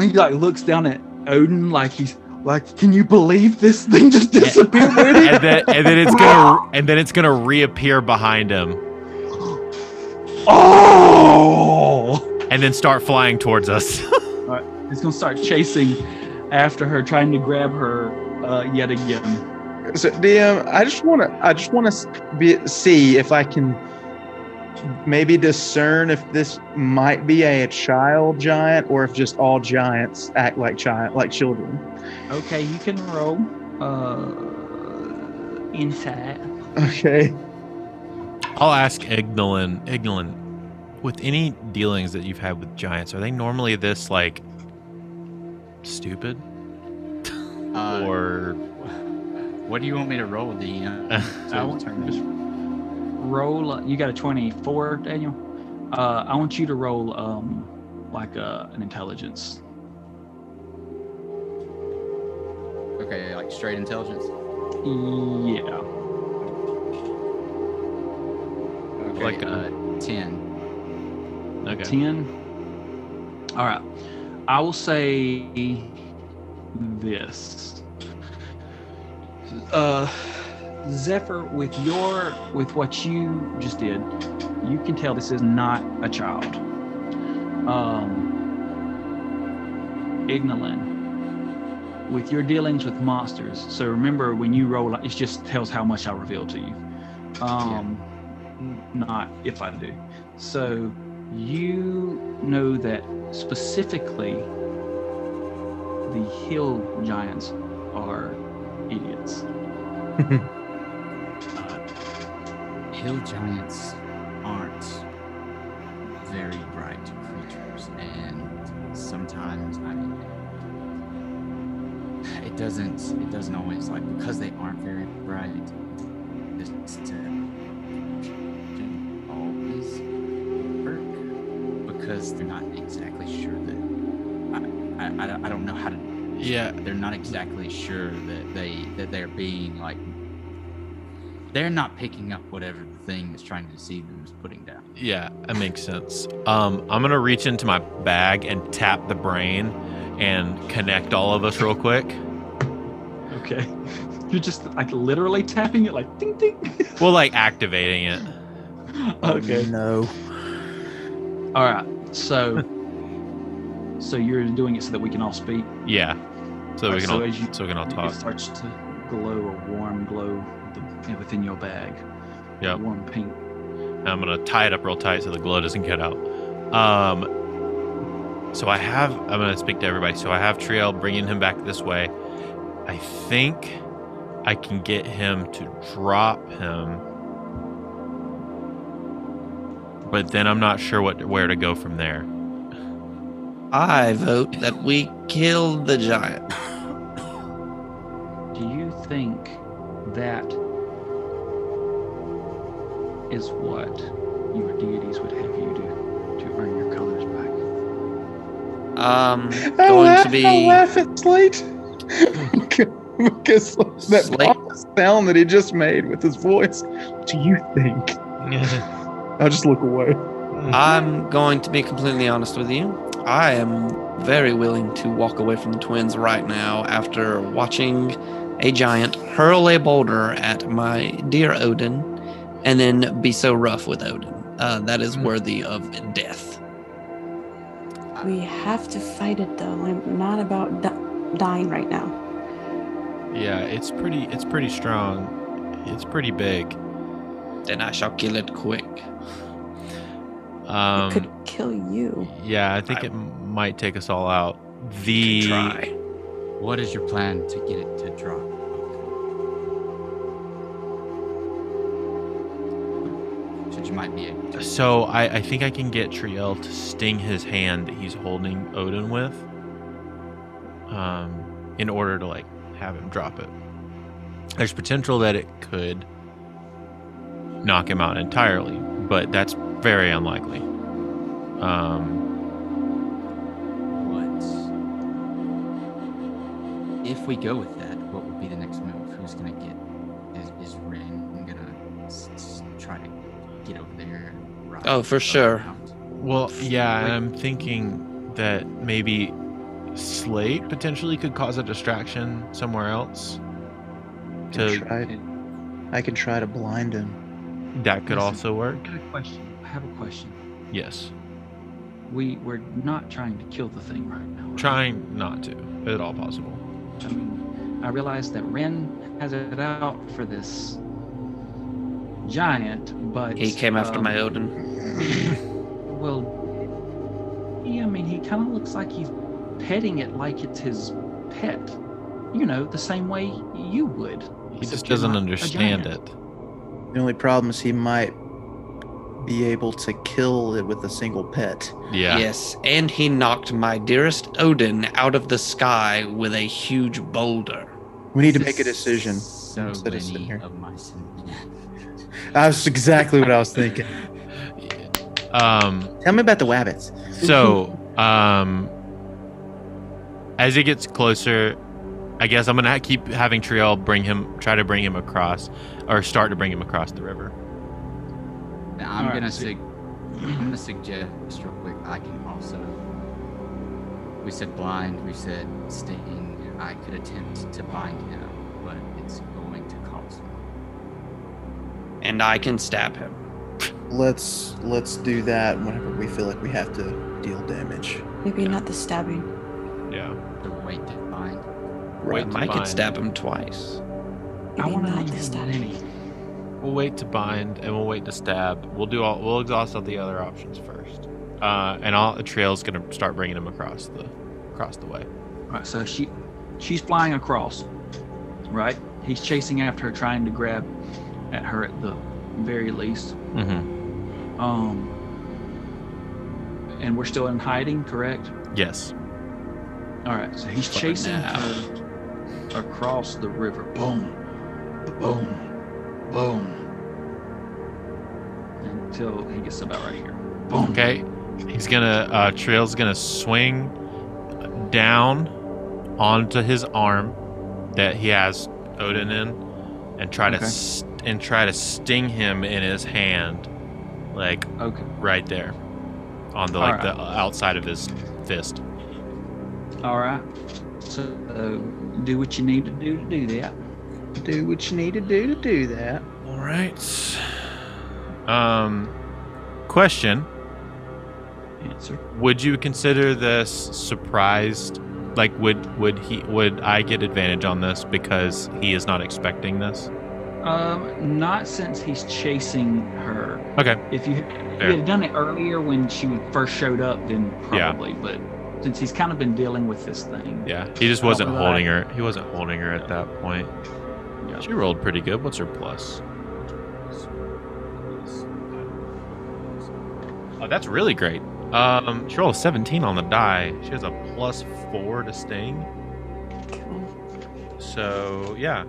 B: and he like looks down at Odin like he's like, can you believe this thing just disappeared? Where did
A: And then and then it's gonna and then it's gonna reappear behind him
B: Oh!
A: and then start flying towards us.
B: He's gonna start chasing after her, trying to grab her uh, yet again.
C: So DM, I just want to, I just want to be, see if I can maybe discern if this might be a, child giant or if just all giants act like giant, like children.
B: Okay, you can roll uh, insight.
C: Okay.
A: I'll ask Ignolin. Ignolin, with any dealings that you've had with giants, are they normally this like stupid
F: Uh,
A: or
F: what do you want me to roll, DM? to
B: I want-
F: determine?
B: just roll. uh, You got a twenty-four, Daniel. Uh, I want you to roll um, like uh, an intelligence.
F: Okay, like straight intelligence.
B: Yeah.
F: Okay,
A: Like,
F: uh, ten.
A: okay?
B: 10. All right. I will say this. Uh Zephyr with your with what you just did, you can tell this is not a child. Um Ignolin with your dealings with monsters. So remember when you roll it just tells how much I reveal to you. Um not if I do. So you know that specifically the hill giants are idiots.
F: Hill giants aren't very bright creatures, and sometimes I mean, it doesn't it doesn't always like because they aren't very bright. This deception always work because they're not exactly sure that I, I, I, don't, I don't know how to
A: Yeah.
F: they're not exactly sure that they that they're being like they're not picking up whatever the thing that's trying to deceive them is putting down.
A: Yeah, that makes sense. Um, I'm gonna reach into my bag and tap the brain and connect all of us real quick.
B: Okay. You're just like literally tapping it like ding ding.
A: Well, like activating it.
B: okay.
C: No.
B: All right. So so you're doing it so that we can all speak.
A: Yeah. So we can
B: so
A: all
B: as you
A: so we can all
B: it
A: talk.
B: starts to glow a warm glow the, within your bag.
A: Yeah.
B: Warm pink.
A: I'm gonna tie it up real tight so the glow doesn't get out. Um, So I have. I'm gonna speak to everybody. So I have Triel bringing him back this way. I think I can get him to drop him, but then I'm not sure what where to go from there.
D: I vote that we kill the giant.
B: Do you think that is what your deities would have you do to earn your colors back?
D: Um, going
G: I
D: to be
G: laugh at Slate because that
D: Slate.
G: ominous sound that he just made with his voice. What do you think? I'll just look away.
D: I'm going to be completely honest with you. I am very willing to walk away from the twins right now after watching a giant hurl a boulder at my dear Odin and then be so rough with Odin. Uh, that is worthy of death.
E: We have to fight it though. I'm not about di- dying right now.
A: Yeah, it's pretty. It's pretty strong. It's pretty big.
D: Then I shall kill it quick.
A: Um,
E: it could kill you.
A: yeah, I think
D: I-
A: it might take us all out. The
D: Try.
F: What is your plan to get it to drop? Since you might be able to.
A: So I, I think I can get Triel to sting his hand that he's holding Odin with, um, in order to like have him drop it. There's potential that it could knock him out entirely, but that's very unlikely. Um,
F: What? If we go with that, what would be the next move? Who's gonna get? Is, is Ren gonna s- s- try to get over there? And rock
D: Oh, for
F: Odin
D: sure.
F: out?
A: well, yeah, and I'm thinking that maybe Slate potentially could cause a distraction somewhere else.
C: I
A: To,
C: can, try to, I can try to blind him.
A: that could
B: Listen.
A: also work.
B: I got a question. I have a question.
A: Yes.
B: We we're not trying to kill the thing right now. right?
A: Trying not to, at all possible.
B: I mean, I realize that Ren has it out for this giant, but
D: He came after
B: um,
D: my Odin.
B: Well, yeah, I mean, he kind of looks like he's petting it like it's his pet. You know, the same way you would.
A: He just
B: Except you're
A: doesn't
B: not a
A: understand it.
B: giant.
C: The only problem is he might be able to kill it with a single pet.
A: Yeah.
D: Yes, and he knocked my dearest Odin out of the sky with a huge boulder.
C: We need to make a decision.
F: So
C: instead of sitting
F: many
C: here.
F: of my sin-
C: That's exactly what I was thinking.
A: Um
C: Tell me about the wabbits.
A: so um as it gets closer, I guess I'm gonna ha- keep having Triel bring him try to bring him across or start to bring him across the river.
F: Now, I'm
B: Alright,
F: gonna
B: so-
F: sug- I'm gonna suggest real quick. I can also. We said blind. We said stinging. I could attempt to bind him, but it's going to cost.
D: And I can stab him.
C: Let's let's do that whenever we feel like we have to deal damage.
E: Maybe not the stabbing.
A: Yeah.
F: The weight to bind.
A: Wait to
D: I could
A: bind.
D: stab him twice.
E: Maybe
B: I want to
E: not
B: leave
E: the
B: him
E: stabbing.
B: many.
A: We'll wait to bind and we'll wait to stab. We'll do all we'll exhaust all the other options first. Uh and all Triel's gonna start bringing him across the across the way.
B: All right, so she, she's flying across, right? He's chasing after her, trying to grab at her at the very least.
A: Mm-hmm.
B: Um, and we're still in hiding, correct?
A: Yes.
B: All right, so he's
D: Fucking
B: chasing
D: now.
B: her across the river. Boom, boom, boom, until he gets about right here. Boom.
A: Okay. He's gonna uh Trail's gonna swing down onto his arm that he has Odin in and try
B: Okay.
A: to st- and try to sting him in his hand like
B: Okay.
A: right there on the like
B: Alright.
A: the outside of his fist.
B: All right. So uh, do what you need to do to do that.
G: Do what you need to do to do that.
A: All right. Um question,
B: Answer.
A: would you consider this surprised like would would he would I get advantage on this because he is not expecting this?
B: Um, not since he's chasing her.
A: Okay.
B: If you, if you
A: Fair.
B: had done it earlier when she first showed up, then
A: Yeah.
B: probably. But since he's kind of been dealing with this thing.
A: Yeah, he just
B: I don't
A: wasn't
B: know that I-
A: holding her. He wasn't holding her at that point.
B: Yeah.
A: She rolled pretty good. What's her plus? Oh, that's really great. Um, she rolled a 17 on the die. She has a plus four to sting. So yeah,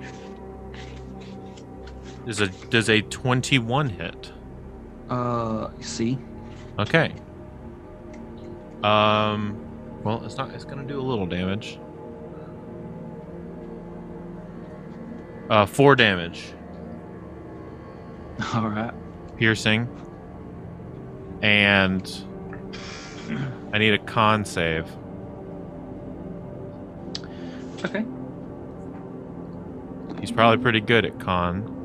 A: does a does a 21 hit?
B: Uh, you see,
A: Okay. Um, well, it's not. It's gonna do a little damage. Uh, four damage,
B: all right.
A: piercing, and I need a con save.
B: Okay.
A: He's probably pretty good at con.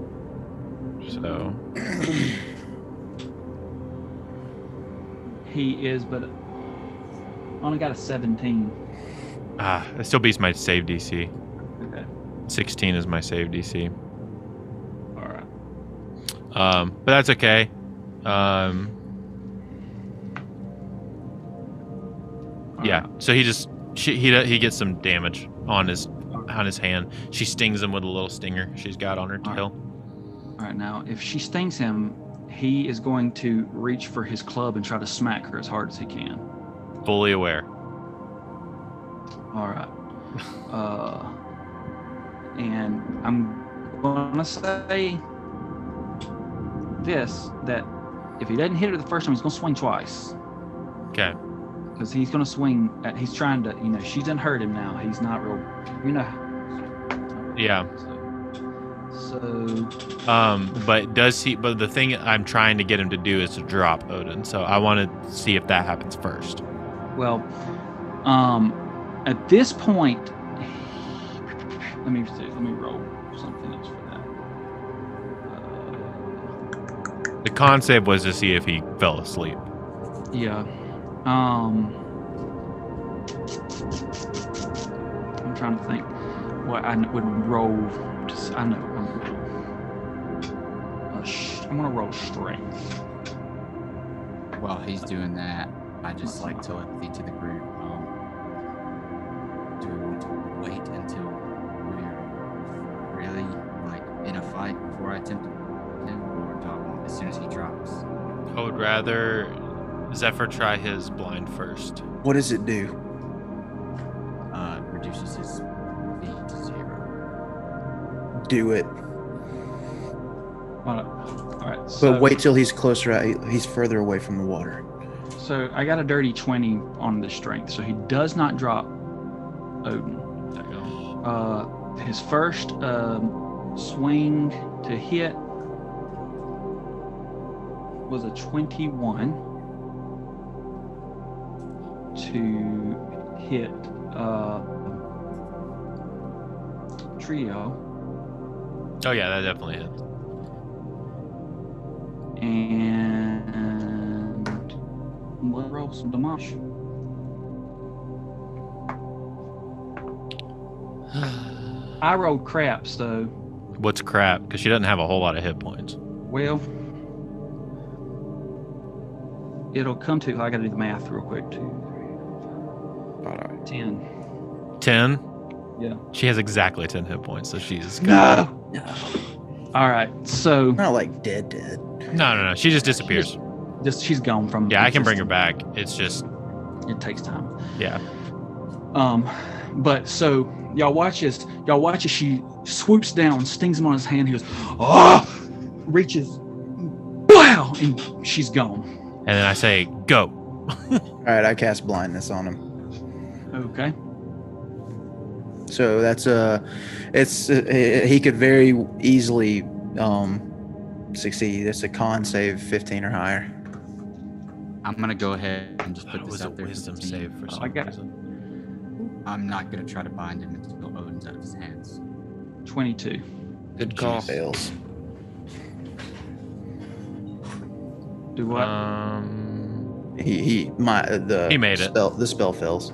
A: So
B: He is, but only got a 17.
A: ah, it still beats my save DC.
B: Okay.
A: 16 is my save DC.
B: All right.
A: Um, but that's okay. Um, yeah. So he just she, he he gets some damage on his on his hand. She stings him with a little stinger she's got on her
B: Alright.
A: tail.
B: All right. Now, if she stings him, he is going to reach for his club and try to smack her as hard as he can.
A: Fully aware.
B: All right. Uh, and I'm gonna say this that if he doesn't hit her the first time, he's gonna swing twice
A: Okay.
B: because he's gonna swing. At, he's trying to, you know, she didn't hurt him now. He's not real, you know.
A: Yeah.
B: So,
A: Um, but does he? But the thing I'm trying to get him to do is to drop Odin. So I want to see if that happens first.
B: well, um, at this point, let me see, let me roll something else for that. Uh,
A: The con save was to see if he fell asleep.
B: Yeah. Um I'm trying to think what I would roll. Just I know. I'm, uh, sh- I'm gonna roll strength.
F: While he's doing that, I just like telepathy to the group. Um, do we want to wait until we're really like in a fight before I attempt him, or do I want as soon as he drops?
A: I would rather Zephyr try his blind first.
C: What does it do?
F: Uh, reduces his speed to zero.
C: Do it.
B: All right.
C: But
B: So,
C: wait till he's closer. Out, he's further away from the water.
B: So I got a dirty twenty on the strength, so he does not drop Odin. Uh, his first um, swing to hit was a 21 to hit uh, trio
A: Oh yeah, that definitely hits.
B: and we'll roll some damage. I rolled crap, so
A: What's crap? Because she doesn't have a whole lot of hit points.
B: Well, it'll come to. I got to do the math real quick. Two,
G: But
B: ten.
A: Ten.
B: Yeah.
A: She has exactly ten hit points, so she's good.
B: No. All right. So
C: Not like dead, dead.
A: No, no, no. She just disappears.
B: just she's gone from.
A: yeah, I can bring her back. It's just
B: It takes time.
A: yeah.
B: Um, but so y'all watch this. Y'all watch as she swoops down, stings him on his hand. He goes, oh, reaches, wow, and she's gone.
A: And then I say go.
C: All right, I cast blindness on him.
B: Okay.
C: So that's uh, it's uh, he he could very easily um succeed. It's a con save 15 or higher.
F: I'm gonna go ahead and just
A: Thought
F: put
A: it
F: this
A: was a
F: out there. for the
A: wisdom
F: team. Uh,
A: save for some
B: I got-
A: reason.
F: I'm not gonna try to bind him until Odin's out of his hands.
B: Twenty-two.
D: Good call.
C: Fails.
B: Do what?
A: Uh. Um,
C: He he my uh, the
A: He made it.
C: spell, The spell fails.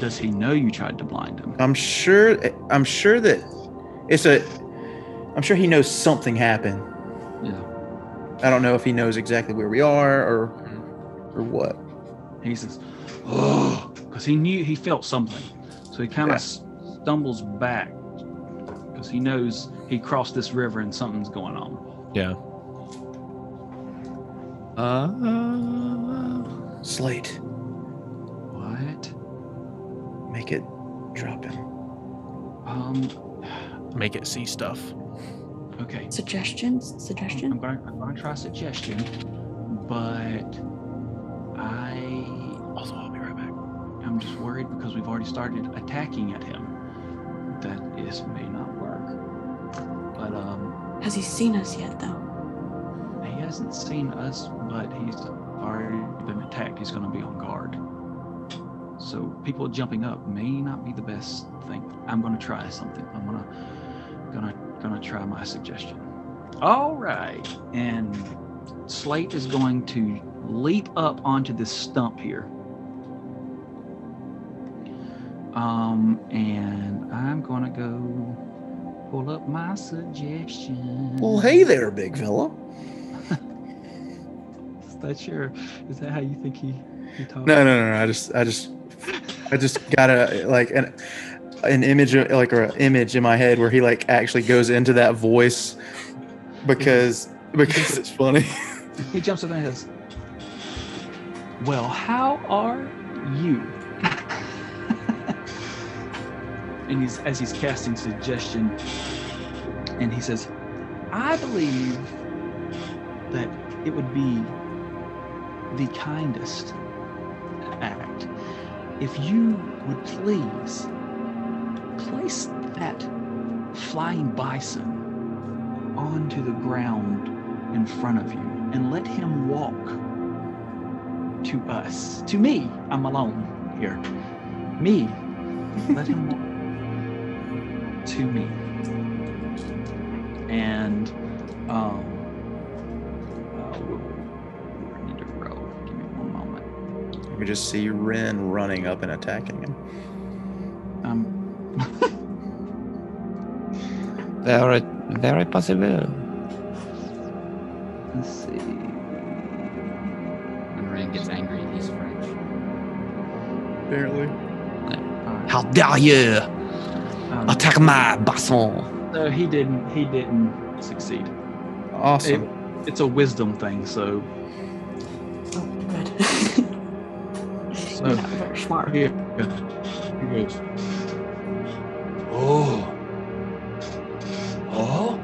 B: Does he know you tried to blind him?
C: I'm sure. I'm sure that it's a. I'm sure he knows something happened.
B: Yeah.
C: I don't know if he knows exactly where we are or
G: or what?
B: He says, "Oh," because he knew he felt something, so he kind
G: Yeah.
B: of stumbles back because he knows he crossed this river and something's going on.
D: Uh,
C: Slate,
F: What?
C: make it drop him.
B: Um,
A: Make it see stuff.
B: okay.
E: Suggestions?
B: I'm
E: Suggestion?
B: gonna I'm gonna try suggestion, but I
A: Also, I'll be right back.
B: I'm just worried because we've already started attacking at him. That this may not work. But um,
E: Has he seen us yet, though?
B: he hasn't seen us, but he's already been attacked. He's going to be on guard. So people jumping up may not be the best thing. I'm going to try something. I'm gonna gonna gonna try my suggestion. All right, and Slate is going to leap up onto this stump here. Um, and I'm gonna go pull up my suggestion.
G: Well, hey there, big fella.
B: Is that your? Is that how you think he? he talks?
C: No, no, no, no. I just, I just, I just got a like an an image, of- like or an image in my head where he like actually goes into that voice because because it's funny.
B: He jumps up and says, "Well, how are you?" and he's as he's casting suggestion, and he says, "I believe that it would be the kindest act if you would please place that flying bison onto the ground in front of you and let him walk to us. To me, I'm alone here. Me, let him walk to me. And um, uh, we'll, we'll need to roll. Give me one moment.
C: We just see Ren running up and attacking him.
B: Um,
D: very, very possible.
B: let's see.
F: When Ren gets angry, he's French.
C: Apparently,
B: Alright,
D: How dare you
B: um,
D: attack my basson?
B: so he didn't. He didn't succeed.
C: awesome.
B: It, it's a wisdom thing, so
E: Oh, good.
B: so.
E: Not very smart.
B: Here, he goes. Oh. Oh.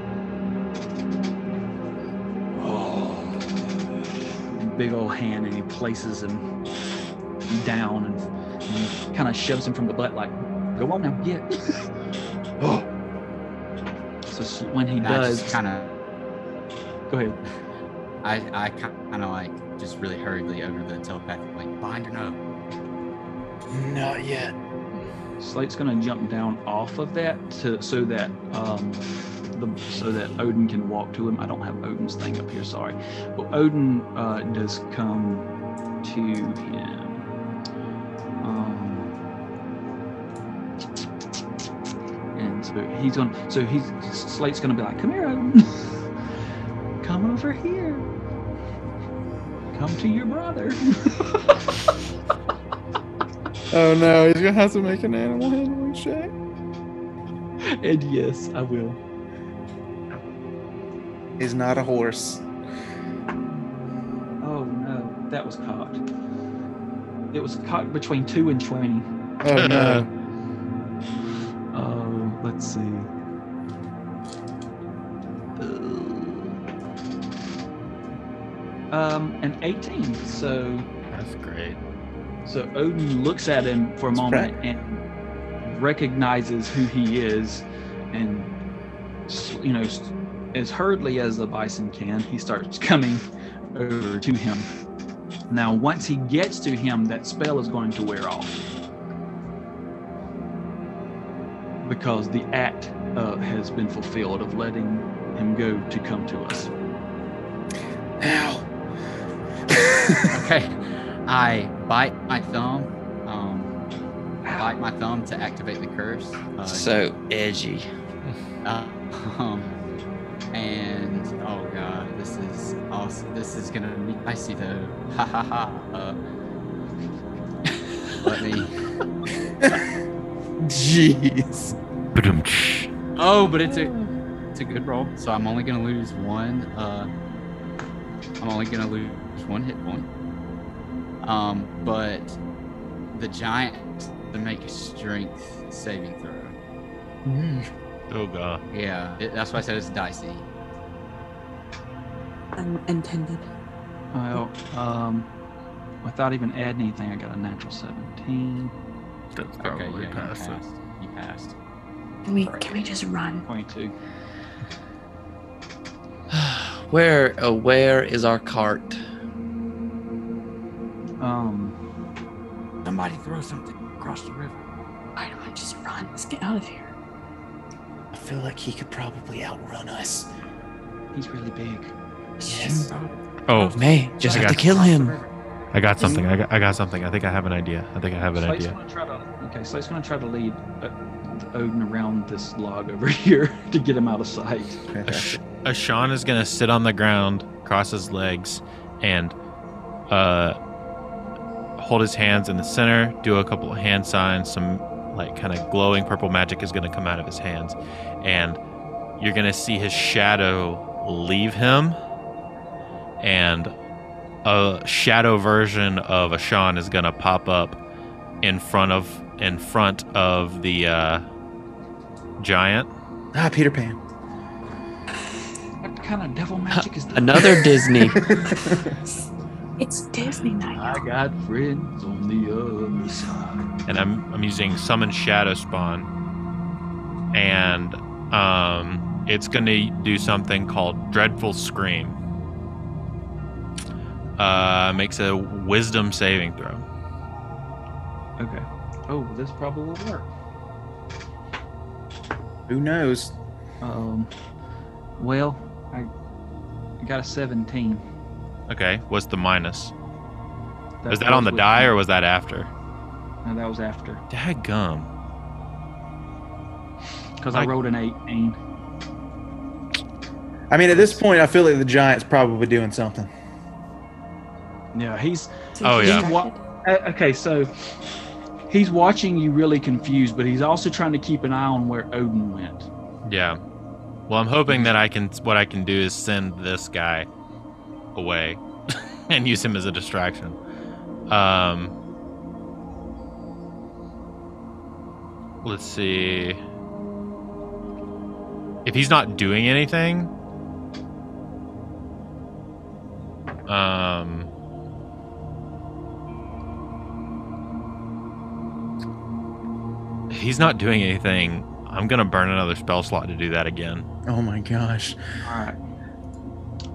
B: Oh. Big old hand, and he places him down and, and kind of shoves him from the butt, like, "Go on now, get." oh. So s- when he
F: And I
B: does,
F: just kind of,
B: go ahead.
F: I, I kind of like just really hurriedly over the telepathic, like bind or no.
C: Not yet.
B: Slate's gonna jump down off of that to so that um, the so that Odin can walk to him. I don't have Odin's thing up here, sorry. But Odin uh, does come to him. Um, and so he's on. So he's Slate's gonna be like, "Come here, Odin. come over here. Come to your brother."
G: Oh no, he's gonna have to make an animal handling check.
B: and yes, I will.
C: He's not a horse.
B: Oh no, that was cocked. It was cocked between two and twenty.
G: Oh no.
B: Oh, let's see. Um, an eighteen. So,
A: That's great.
B: so Odin looks at him for a moment and recognizes who he is, and s- you know, s- as hurriedly as the bison can, he starts coming over to him. Now, once he gets to him, that spell is going to wear off because the act uh, has been fulfilled of letting him go to come to us.
C: Ow.
F: Okay. I bite my thumb. Um, bite my thumb to activate the curse. Uh,
D: So edgy.
F: Uh, um, and oh god, this is oh course, this is gonna be icy though. Ha ha ha. Uh, let me.
G: Jeez.
F: Oh, but it's a it's a good roll. So I'm only gonna lose one. Uh, I'm only gonna lose one hit point. Um, but the giant to make a strength saving throw.
A: Oh god.
F: Yeah, it- that's why I said it's dicey.
E: Unintended.
B: Well, um, without even adding anything, I got a natural 17.
A: That's
F: okay,
A: probably
F: yeah,
A: past
F: you
A: it.
F: passed. You passed.
E: Can we can we just run?
B: 22.
D: where oh where is our cart?
B: Um,
F: Somebody throw something across the river.
E: Why don't we just run? Let's get out of here.
H: I feel like he could probably outrun us.
B: he's really big.
H: Yes.
A: Oh,
H: May just
A: I
H: have
A: got
H: to kill him.
A: I got something. I got, I got something. I think I have an idea. I think I have an
B: Slate's
A: idea.
B: Gonna try to, okay, Slate's going to try to lead uh, Odin around this log over here to get him out of sight.
A: Ash- Ashan is gonna sit on the ground, cross his legs, and uh, hold his hands in the center. Do a couple of hand signs. Some like kind of glowing purple magic is gonna come out of his hands, and you're gonna see his shadow leave him, and a shadow version of Ashan is gonna pop up in front of in front of the uh, giant.
C: Ah, Peter Pan.
B: What kind of devil magic is that?
D: Another Disney.
E: It's Disney night.
B: I got friends on the other side.
A: and I'm I'm using summon shadow spawn, and um, it's gonna do something called dreadful scream. Uh, makes a wisdom saving throw.
B: Okay. Oh, this probably will work.
C: Who knows?
B: Um, well, I, I got a 17.
A: Okay, what's the minus? was that
B: was
A: on the
B: with-
A: die or was that after?
B: No, that was after.
A: Dadgum.
B: Because I
A: I-
B: rolled an 18.
C: I mean, at this point, I feel like the giant's probably doing something.
B: Yeah, he's
E: So
A: Oh,
E: he's
A: yeah.
E: distracted.
B: Uh, okay, so he's watching you really confused, but he's also trying to keep an eye on where Odin went.
A: Yeah. Well, I'm hoping that I can. What I can do is send this guy away and use him as a distraction. Um. Let's see. If he's not doing anything, um. If he's not doing anything, I'm gonna burn another spell slot to do that again.
C: Oh my gosh.
B: All right.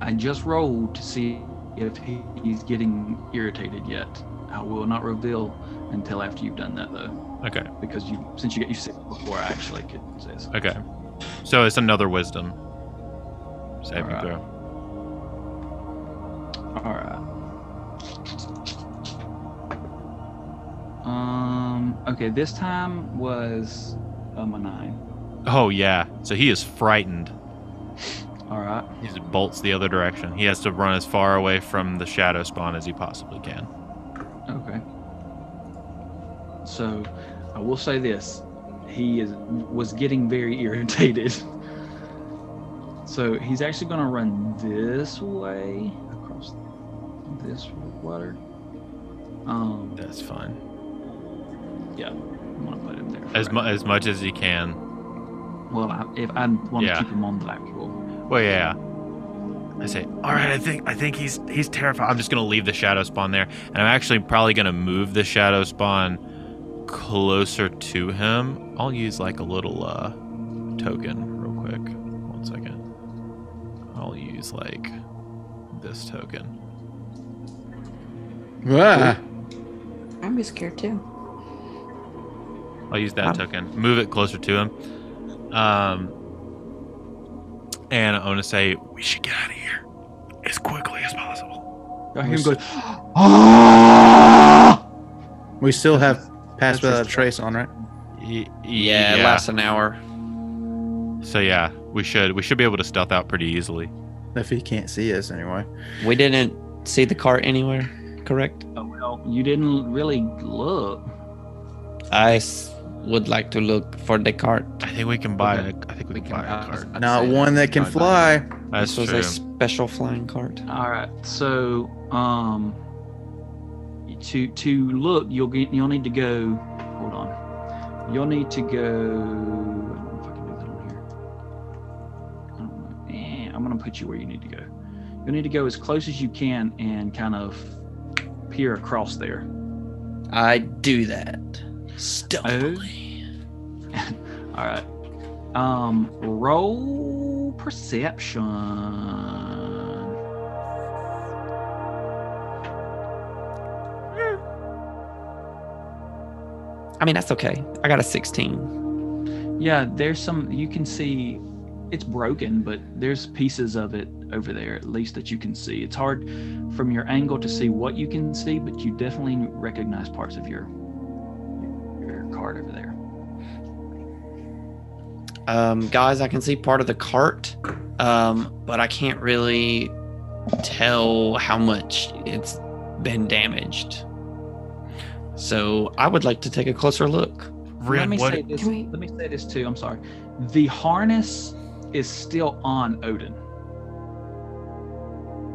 B: I just rolled to see if he, he's getting irritated yet. I will not reveal until after you've done that, though,
A: Okay.
B: because you since you get you said it before, I actually could say something.
A: Okay. So it's another wisdom saving
B: Alright.
A: throw.
B: All right. Um. Okay. This time was um a nine.
A: Oh yeah. So he is frightened.
B: All right.
A: He just bolts the other direction. He has to run as far away from the shadow spawn as he possibly can.
B: Okay. So, I will say this: he is was getting very irritated. So he's actually going to run this way across this water. Um,
A: That's fine.
B: I'm gonna put him there.
A: As
B: for
A: mu-
B: right
A: as much as he can.
B: now. well, I, if I want to
A: Yeah.
B: keep him on black wall.
A: Well, yeah. I say, all right. I think I think he's he's terrified. I'm just gonna leave the shadow spawn there, and I'm actually probably gonna move the shadow spawn closer to him. I'll use like a little uh token real quick. One second. I'll use like this token.
G: Ah.
E: I'd be scared too.
A: I'll use that token. Move it closer to him. Um, and I'm gonna say we should get out of here as quickly as possible.
B: I hear him go.
C: We still have Pass
B: That's
C: Without a
B: just-
C: Trace on, right?
A: Y- y-
D: yeah, it lasts an hour.
A: So yeah, we should we should be able to stealth out pretty easily.
C: If he can't see us anyway.
D: We didn't see the cart anywhere, correct?
B: Oh, well, you didn't really look.
D: I s- would like to look for the cart.
A: I think we can buy.
F: Okay.
A: A, I think we,
F: We
A: can,
F: can
A: buy
F: buy-
A: a card.
F: I'd
C: Not
F: say
C: one that can
F: I'd buy
C: fly.
A: That's
D: this was
A: true.
D: a special flying cart.
B: All right. So, um, to to look, you'll get you'll need to go. Hold on. You'll need to go. I don't know if I can do that on here. I don't know. Eh, I'm gonna put you where you need to go. You'll need to go as close as you can and kind of peer across there.
D: I do that. Stealthily.
B: Oh. All right. Um, roll perception.
D: I mean, that's okay. I got a 16.
B: Yeah, there's some you can see it's broken, but there's pieces of it over there at least that you can see. It's hard from your angle to see what you can see, but you definitely recognize parts of your your card over there.
D: Um, guys, I can see part of the cart, um, but I can't really tell how much it's been damaged. So I would like to take a closer look.
B: let
A: Ren,
B: me
A: what?
B: say this.
E: Can we-
B: Let me say this too. I'm sorry. The harness is still on Odin.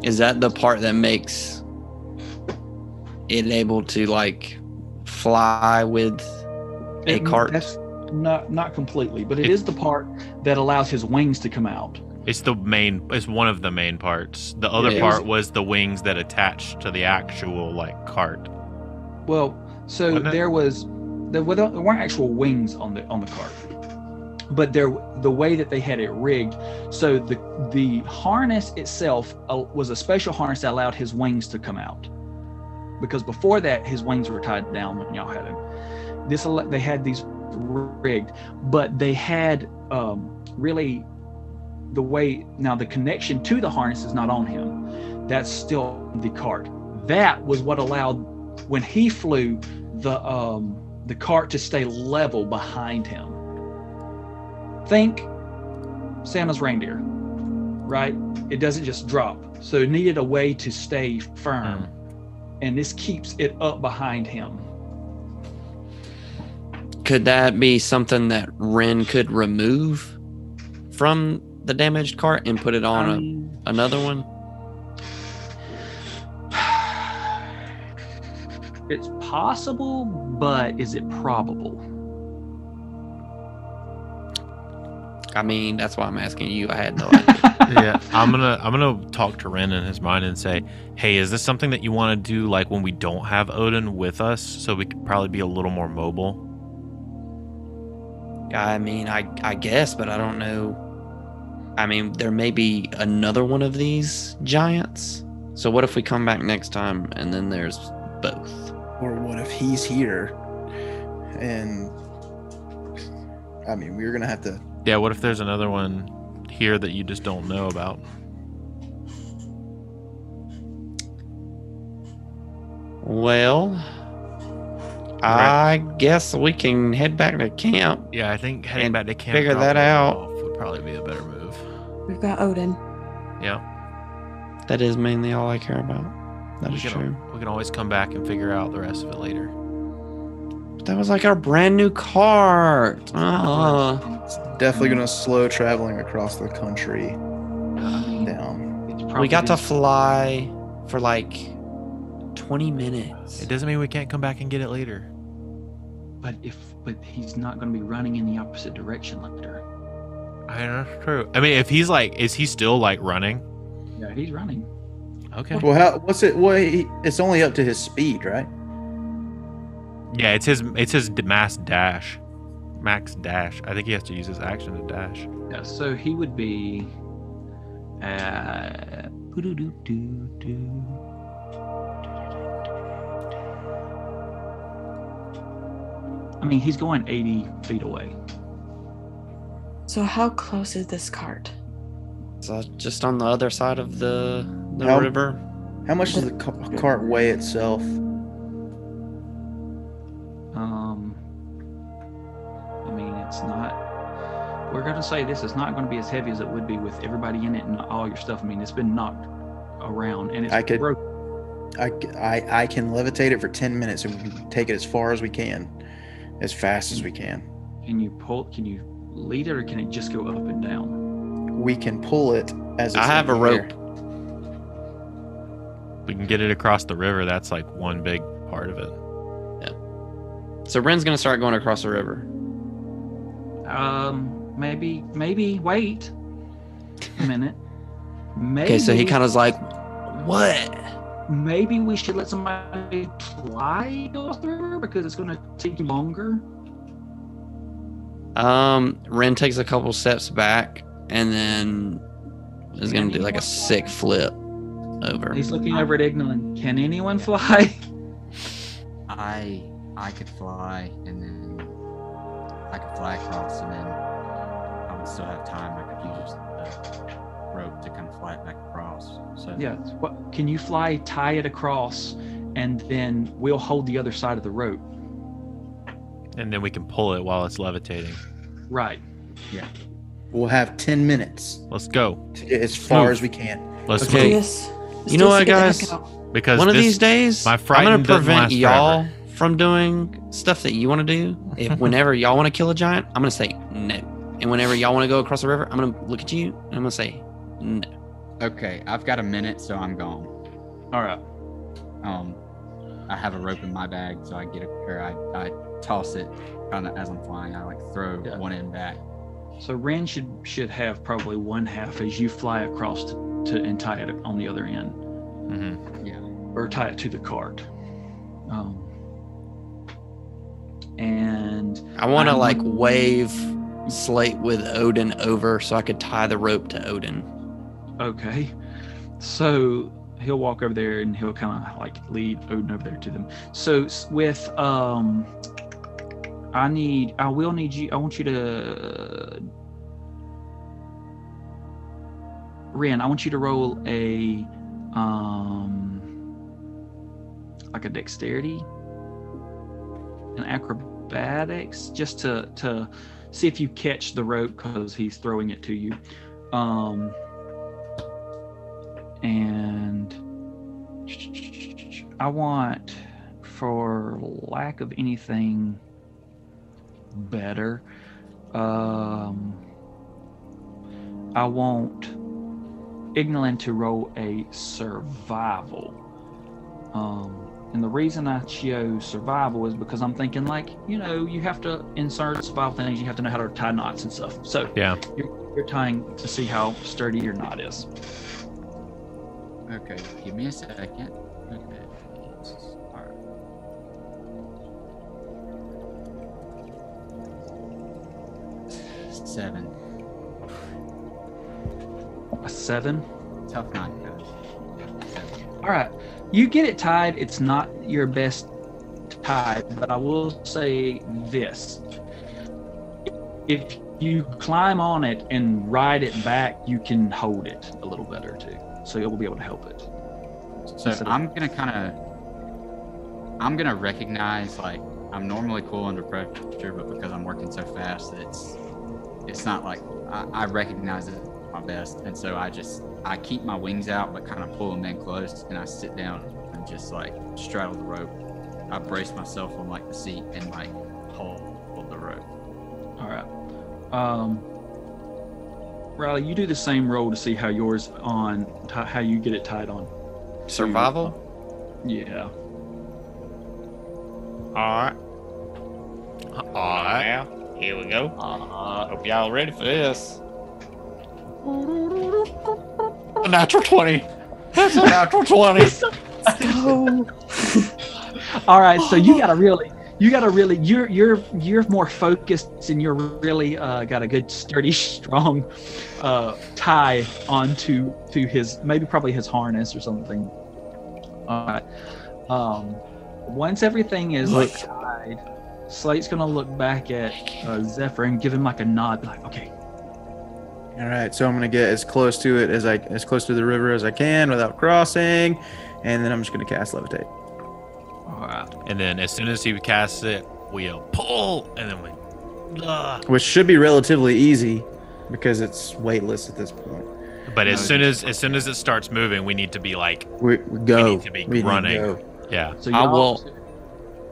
D: Is that the part that makes it able to like fly with a
B: It-
D: cart?
B: That's not not completely, but it is the part that allows his wings to come out.
A: It's the main. It's one of the main parts. The other
D: Yeah.
A: part was the wings that attached to the actual like cart.
B: Well, so
A: Wasn't it?
B: there was there, were- there weren't actual wings on the on the cart, but there the way that they had it rigged. So the the harness itself uh, was a special harness that allowed his wings to come out, because before that his wings were tied down when y'all had him. This ele- they had these rigged, but they had um, really the way now the connection to the harness is not on him. That's still the cart. That was what allowed when he flew the um the cart to stay level behind him think santa's reindeer right it doesn't just drop so it needed a way to stay firm
D: Hmm.
B: and this keeps it up behind him
D: Could that be something that Ren could remove from the damaged cart and put it on a,
B: Um,
D: another one?
B: it's possible but is it probable
D: I mean, that's why I'm asking you. I had no idea.
A: yeah, I'm gonna I'm gonna talk to Ren in his mind and say, "Hey, is this something that you want to do like when we don't have Odin with us, so we could probably be a little more mobile?"
D: I mean, I I guess, but I don't know. I mean, there may be another one of these giants. So what if we come back next time and then there's both?
C: Or what if he's here? And I mean, we're gonna have to.
A: Yeah, what if there's another one here that you just don't know about?
D: Well, I guess we can head back to camp.
A: Yeah, I think heading
D: And
A: back to camp
D: figure that
A: dropping
D: out.
A: off would probably be a better move.
E: We've got Odin.
A: Yeah,
D: That is mainly all I care about. That
A: we
D: is
A: can,
D: true.
A: We can always come back and figure out the rest of it later.
D: That was like our brand new cart. Uh,
C: It's definitely gonna slow traveling across the country down.
B: It's
D: we
B: probably
D: got to
B: just-
D: fly for like 20 minutes.
A: It doesn't mean we can't come back and get it later.
B: but if but he's not going to be running in the opposite direction later
A: I mean, that's true. I mean, if he's like, is he still like running?
B: yeah he's running
A: Okay.
C: Well, how, what's it? Well, he, it's only up to his speed, right?
A: Yeah, it's his it's his d- mass dash, max dash. I think he has to use his action to dash.
B: Yeah, so he would be uh, at. He I mean, he's going 80 feet away.
E: So how close is this cart?
D: So uh, just on the other side of the, the
C: How-
D: river.
C: How much does the ca- cart weigh itself?
B: Um, I mean, it's not. We're gonna say this is not gonna be as heavy as it would be with everybody in it and all your stuff. I mean, it's been knocked around and it's
C: I could-
B: broken.
C: I, I, I can levitate it for 10 minutes and we can take it as far as we can, as fast as we can.
B: Can you pull? Can you lead it or can it just go up and down?
C: We can pull it as
D: I
C: it's
D: have a
C: in the air.
D: rope.
A: We can get it across the river. That's like one big part of it.
D: So Ren's gonna start going across the river.
B: Um, maybe, maybe wait a minute. Maybe,
D: Okay, so he kind of's like, what?
B: Maybe we should let somebody fly across the river because it's gonna take longer.
D: Um, Ren takes a couple steps back and then is gonna do like a sick flip over.
B: He's looking over at Ignolin. Can anyone fly?
F: I I could fly and then I could fly across and then I would still have time. I could use the rope to kind of fly it back across. So
B: Yeah. What, can you fly, tie it across, and then we'll hold the other side of the rope?
A: And then we can pull it while it's levitating.
B: Right.
C: We'll have 10 minutes
A: Let's go.
C: to get as far
A: Move.
C: as we can.
A: Let's
D: Okay. Hey,
A: move.
E: Yes.
D: you know
E: Let's
D: what,
E: get the heck
D: guys?
E: out.
A: Because
D: One of
A: this-
D: these days,
A: my
D: I'm gonna
A: frightened doesn't
D: prevent
A: last
D: y'all from doing stuff that you want to do. If whenever y'all want to kill a giant, I'm gonna say no, and whenever y'all want to go across the river, I'm gonna look at you and I'm gonna say no.
F: Okay, I've got a minute, so I'm gone.
B: All right.
F: Um, I have a rope in my bag, so I get a, or I, I toss it kind of as I'm flying. I like throw
B: Yeah.
F: one end back.
B: So Ren should should have probably one half as you fly across to, to and tie it on the other end,
A: Mhm.
B: or tie it to the cart. Um, and
D: I want to
B: Um,
D: like wave Slate with Odin over so I could tie the rope to
A: Hmm.
D: Odin.
B: Okay. So he'll walk over there and he'll kind of like lead Odin over there to them. So s- with um I need I will need you I want you to Ren, I want you to roll a um like a dexterity an acrobatics just to to see if you catch the rope cuz he's throwing it to you. Um and I want, for lack of anything better, um, I want Ignolin to roll a survival. Um, and the reason I chose survival is because I'm thinking, like, you know, you have to insert survival things, you have to know how to tie knots and stuff. So
A: Yeah.
B: you're, you're tying to see how sturdy your knot is.
F: Okay, give me a second. Okay. Alright. Seven.
B: A seven.
F: Tough night, guys.
B: All right, you get it tied. It's not your best tie, but I will say this: if you climb on it and ride it back, you can hold it a little better too. So you'll be able to help it.
F: So
B: Instead of-
F: I'm gonna kind of, I'm gonna recognize like I'm normally cool under pressure, but because I'm working so fast, it's, it's not like I, I recognize it my best, and so I just I keep my wings out, but kind of pull them in close, and I sit down and just like straddle the rope. I brace myself on like the seat and like hold, hold the rope.
B: All right, um, Riley, you do the same roll to see how yours on ti- how you get it tied on.
D: Survival.
B: Yeah.
H: All right.
A: All
H: All right.
A: right.
H: Now, here we go. Hope y'all ready for this. A natural 20. That's a natural 20.
E: Go.
B: All right, so you gotta really, you gotta really, you're you're you're more focused, and you're really uh, got a good, sturdy, strong uh, tie onto to his maybe probably his harness or something. All right. Um, once everything is like tied, Slate's gonna look back at uh, Zephyr and give him like a nod, like okay,
C: All right, so I'm gonna get as close to it as I as close to the river as I can without crossing, and then I'm just gonna cast levitate.
B: all right,
A: And then as soon as he casts it, we yell pull, and then we. Ugh.
C: which should be relatively easy because it's weightless at this point.
A: But as soon as as soon as it starts moving, we need to be like,
C: We, we go.
A: need to be running. yeah,
B: So
D: I
B: y'all-
D: will-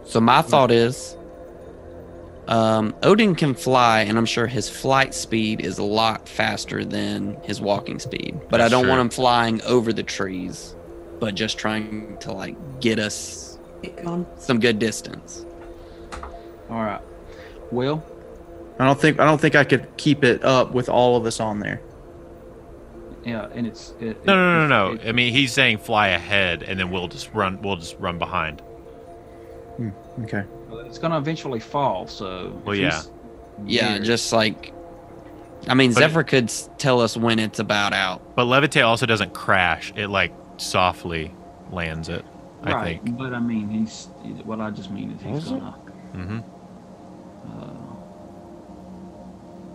D: So my thought is, um, Odin can fly, and I'm sure his flight speed is a lot faster than his walking speed. But I
A: That's
D: don't want
A: true.
D: him flying over the trees, but just trying to like get us
E: Get gone.
D: some good distance.
B: All right. Well,
C: I don't think I don't think I could keep it up with all of us on there.
B: yeah, and it's it,
A: no,
B: it-
A: no, no, no,
B: it-
A: no. I mean, he's saying fly ahead, and then we'll just run. We'll just run behind.
C: Okay.
B: it's gonna eventually fall. So
A: Well,
B: if
A: yeah.
B: he's
D: Yeah,
B: here-
D: just like, I mean,
A: But-
D: Zephyr could s- tell us when it's about out.
A: But levitate also doesn't crash. It like softly lands it. I
B: right.
A: think.
B: But I mean, he's what I just mean is he's
H: Was it?
B: gonna,
A: Mm-hmm.
B: uh,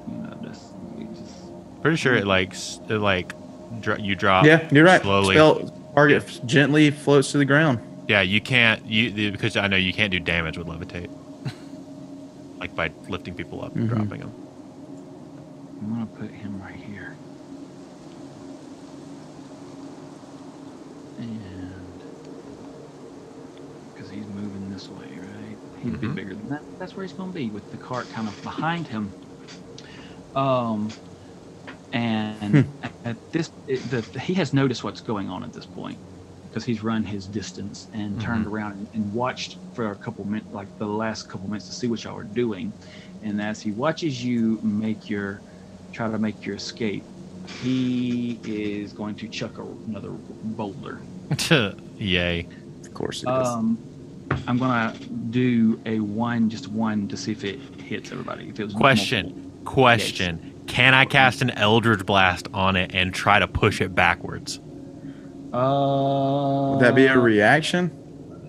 B: you know, that's it's just
A: Pretty sure it like s- it like dr- you drop.
C: Mm-hmm. yeah, you're right.
A: slowly.
C: Spell target f- gently floats to the ground.
A: Yeah, you can't you the- because I know you can't do damage with levitate. like by lifting people up and
C: Mhm.
A: dropping them.
B: I'm gonna put him right here. And because he's moving this way, right? He'd be
A: Mhm.
B: bigger than that. That's where he's gonna be with the cart kind of behind him. Um, and at this, it, the, he has noticed what's going on at this point because he's run his distance and turned around and, and watched for a couple minutes, like the last couple minutes, to see what y'all are doing. And as he watches you make your try to make your escape, he is going to chuck a, another boulder.
A: Yay.
C: Of course it is.
B: Um, I'm gonna do a one, just one, to see if it hits everybody. If it was
A: Question. Question. Can I cast an Eldritch Blast on it and try to push it backwards?
B: multiple. uh,
C: Would that be a reaction?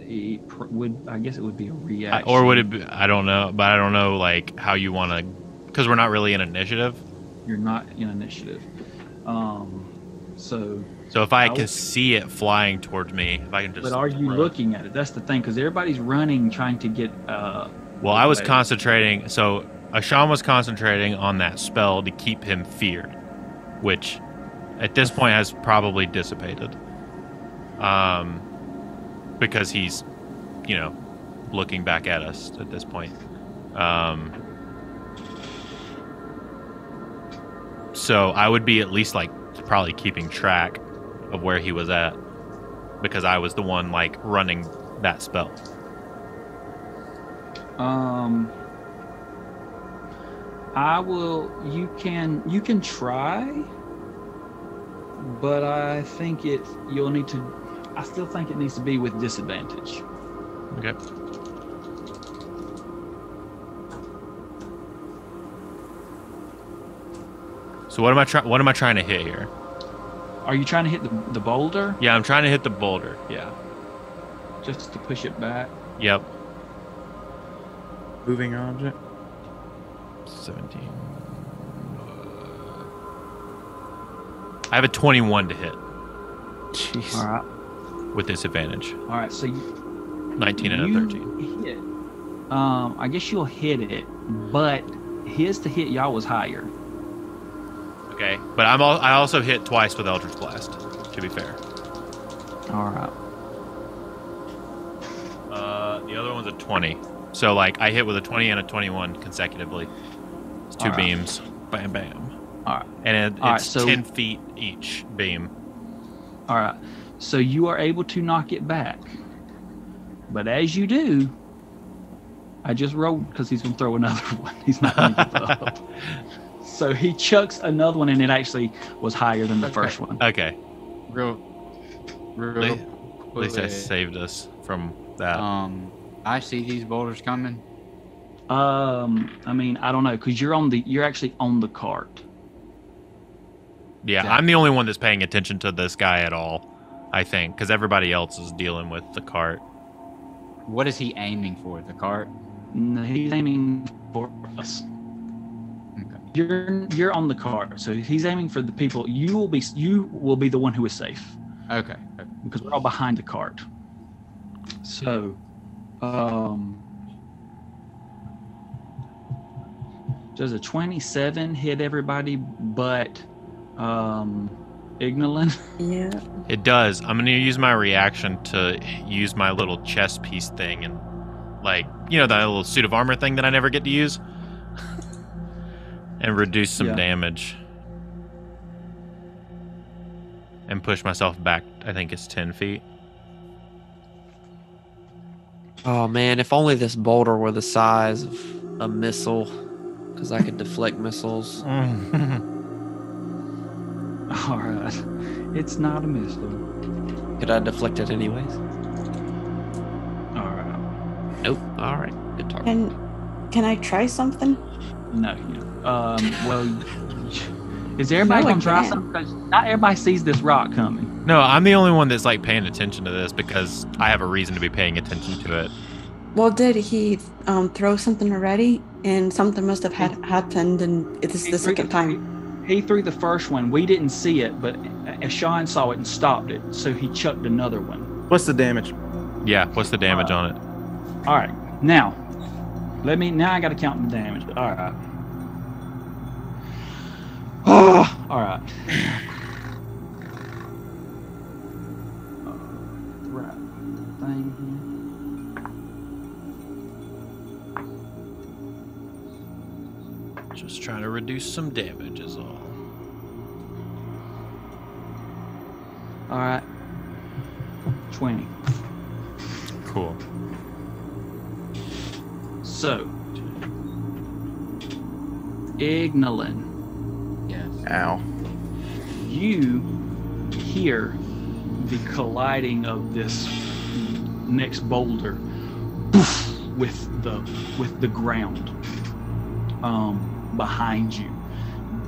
B: a pr- would I guess it would be a
A: I-
B: reaction,
A: or would it be I don't know, but I don't know like how you want to cuz we're not really in initiative.
B: You're not in initiative. Um, so,
A: So if I
B: I
A: can
B: would-
A: see it flying towards me, if I can just
B: but are you
A: run.
B: looking at it? That's the thing, because everybody's running, trying to get. Uh,
A: Well, I was
B: Right.
A: concentrating. So Ashan was concentrating on that spell to keep him feared, which at this point has probably dissipated. Um, because he's, you know, looking back at us at this point. Um, so I would be at least like probably keeping track of where he was at because I was the one like running that spell.
B: Um, I will. You can. You can try, but I think it. You'll need to. I still think it needs to be with disadvantage.
A: Okay. So what am I trying? What am I trying to hit here?
B: Are you trying to hit the, the boulder
A: Yeah, I'm trying to hit the boulder. Yeah.
B: just to push it back?
A: Yep.
C: Moving object.
A: Seventeen. I have a 21 to hit
C: Jeez.
B: All right.
A: with disadvantage.
B: All right. So you,
A: 19 and a
B: you
A: 13.
B: Hit. Um, I guess you'll hit it, but his to hit y'all was higher.
A: Okay. But I'm all, I also hit twice with Eldritch Blast. To be fair.
B: All right.
A: Uh, the other one's a 20. So like I hit with a 20 and a 21 consecutively. It's two
B: All right.
A: beams. Bam, bam.
B: All right.
A: And it,
B: All right,
A: it's
B: so-
A: 10 feet each beam.
B: All right. So you are able to knock it back. But as you do, I just rolled because he's going to throw another one. He's not going to give up. So he chucks another one, and it actually was higher than the first one.
A: Okay.
F: Real, real.
A: At least, at least I
F: quick.
A: saved us from that.
F: Um, I see these boulders coming.
B: Um, I mean, I don't know because you're on the you're actually on the cart.
A: yeah,
F: yeah.
A: I'm the only one that's paying attention to this guy at all, I think, because everybody else is dealing with the cart.
F: What is he aiming for? The cart?
B: No, he's aiming for us.
F: Okay.
B: You're you're on the cart, so he's aiming for the people. You will be you will be the one who is safe.
F: Okay.
B: because we're all behind the cart. So, um, Does a 27 hit everybody but um, Ignolin?
E: Yeah.
A: It does. I'm gonna use my reaction to use my little chest piece thing and like you know that little suit of armor thing that I never get to use, and reduce some
B: Yeah.
A: damage, and push myself back. I think it's ten feet.
D: Oh man, if only this boulder were the size of a missile, because I could deflect missiles.
B: All right. It's not a missile.
D: Could I deflect it anyways?
B: All right.
D: Nope. All right. Good talk.
E: Can can I try something?
B: No. yeah. Um, well, is everybody
E: No, I
B: going to try
E: can't.
B: something? Because not everybody sees this rock coming.
A: No, I'm the only one that's like paying attention to this because I have a reason to be paying attention to it.
E: Well, did he um, throw something already? And something must have had happened, and this is
B: He
E: the
B: threw
E: second time.
B: He threw the first one. We didn't see it, but uh, Sean saw it and stopped it. So he chucked another one.
C: What's the damage?
A: Yeah, what's the damage on it?
B: All right, now let me. Now I got to count the damage. All right. Oh, all right. Right thing
A: Just trying to reduce some damage is all.
B: here. All right. Twenty.
A: Cool.
B: So, Ignolin.
F: Yes.
C: Ow.
B: you hear the colliding of this next boulder poof, with the with the ground um, behind you.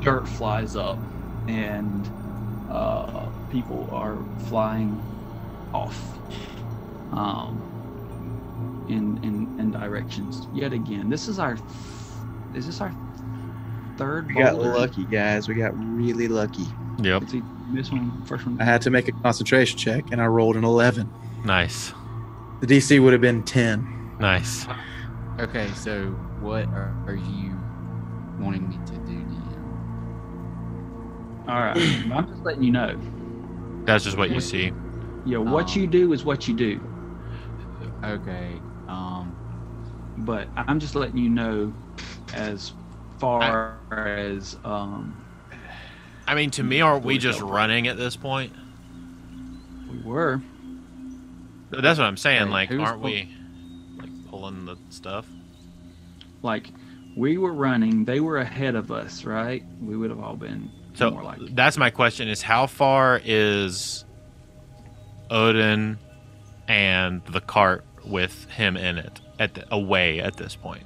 B: Dirt flies up, and uh, people are flying off um, in, in in directions yet again. This is our is this our third
G: We got
B: boulder?
G: lucky, guys. We got really lucky.
A: Yep.
B: Let's see, this one, first one.
C: I had to make a concentration check and I rolled an 11.
A: Nice.
C: The DC would have been 10.
A: Nice.
F: Okay, so what are, are you wanting me to do now?
B: All right. I'm just letting you know.
A: That's just what you see.
B: Yeah, what
F: Um,
B: you do is what you do.
F: Okay, um,
B: But I'm just letting you know as far as um,
A: I mean, to me, aren't we just running at this point?
B: we were.
A: That's what I'm saying.
F: Wait,
A: Like,
F: who's
A: aren't
F: pull-
A: we like pulling the stuff?
B: Like, we were running. They were ahead of us, right? We would have all been
A: So
B: more like.
A: that's my question: is how far is Odin and the cart with him in it at the, away at this point?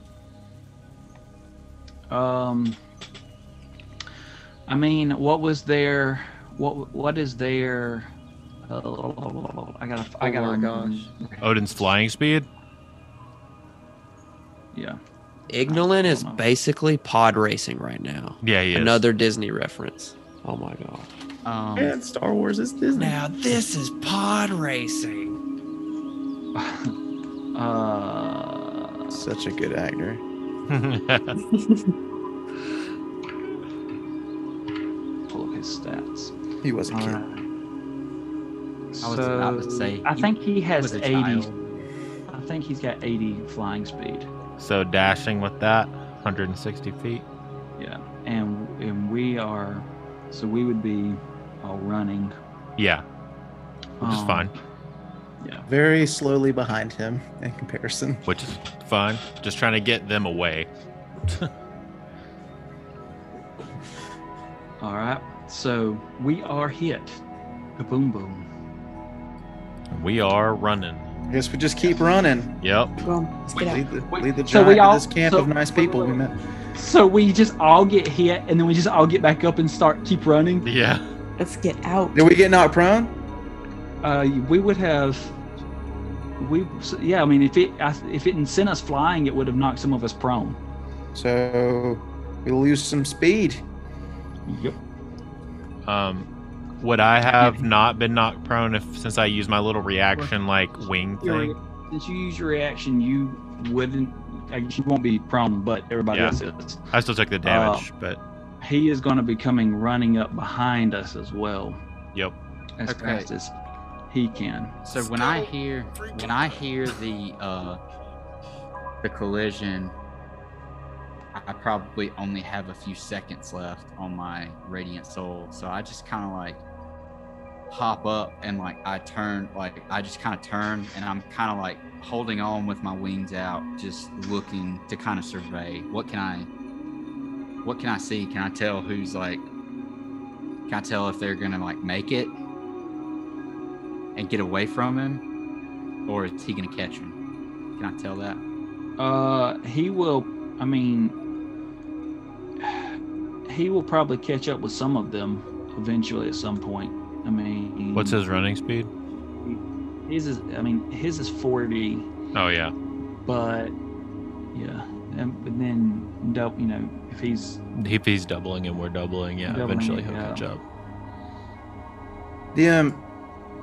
B: Um, I mean, what was their. What, what is their. Uh, I gotta. I
D: Oh
B: gotta.
D: my gosh.
A: Odin's flying speed.
B: Yeah.
D: Ignolin is
B: don't know.
D: basically pod racing right now.
A: Yeah, he is.
D: Another Disney reference. Oh my god.
F: um,
C: And Star Wars is Disney.
D: Now this is pod racing.
B: Uh,
C: Such a good actor.
B: pull up his stats.
C: He was a kid.
F: I was about to say.
B: I
F: he
B: think he has
F: was a
B: 80.
F: child.
B: I think he's got 80 flying speed.
A: so dashing with that, 160 feet.
B: Yeah. And and we are so we would be all running.
A: Yeah, which is
B: um,
A: fine.
C: Very slowly behind him in comparison.
A: Which is fine. Just trying to get them away.
B: All right. So we are hit. Kaboom boom.
A: We are running.
C: I guess we just keep running.
A: Yep.
E: Well, let's get out.
C: Lead the,
B: Wait,
C: lead the
B: so
C: giant
B: we all-
C: to this camp
B: so-
C: of nice
B: wait, wait,
C: people we
B: wait.
C: met.
B: So we just all get hit and then we just all get back up and start keep running.
A: Yeah.
E: Let's get out.
C: Did we get knocked prone?
B: Uh, we would have we so- yeah, I mean if it I- if it didn't send us flying, it would have knocked some of us prone.
C: So we lose some speed.
B: Yep.
A: Um, would I have not been knocked prone if since I used my little reaction like wing
B: your
A: thing?
B: rea- since you use your reaction, you wouldn't I, she won't be prone, but everybody
A: Yeah.
B: else is.
A: I still took the damage, but
B: He is going to be coming running up behind us as well
A: yep.
B: as
F: Okay.
B: fast as he can.
F: So when I hear when I hear the uh the collision, I probably only have a few seconds left on my radiant soul. So I just kind of like hop up and like I turn like I just kind of turn and I'm kind of like holding on with my wings out, just looking to kind of survey what can I what can I see? Can I tell who's like can I tell if they're gonna like make it? and get away from him, or is he gonna catch him? Can I tell that?
B: Uh, he will. I mean, he will probably catch up with some of them eventually at some point. I mean,
A: What's his running speed?
B: His is. I mean, his is forty,
A: Oh yeah.
B: but yeah, and but then dope. You know, if he's
A: If he's doubling and we're doubling, yeah,
B: Doubling,
A: eventually he'll
B: yeah.
A: catch up.
C: The um,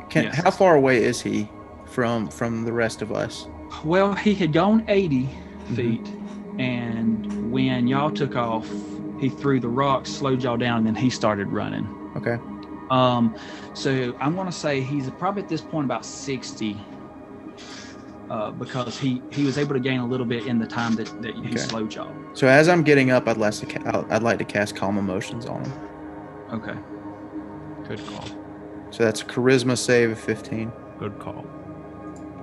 C: can
B: Yes.
C: how far away is he from from the rest of us?
B: well, he had gone 80 feet, and when y'all took off, he threw the rock, slowed y'all down, and then he started running.
C: Okay.
B: Um, so I'm gonna say he's probably at this point about 60, uh, because he he was able to gain a little bit in the time that that he
C: Okay.
B: slowed y'all.
C: So as I'm getting up, I'd like to ca- I'd- I'd like to cast calm emotions on him.
B: Okay.
A: Good call.
C: So that's a charisma save of 15.
A: Good call.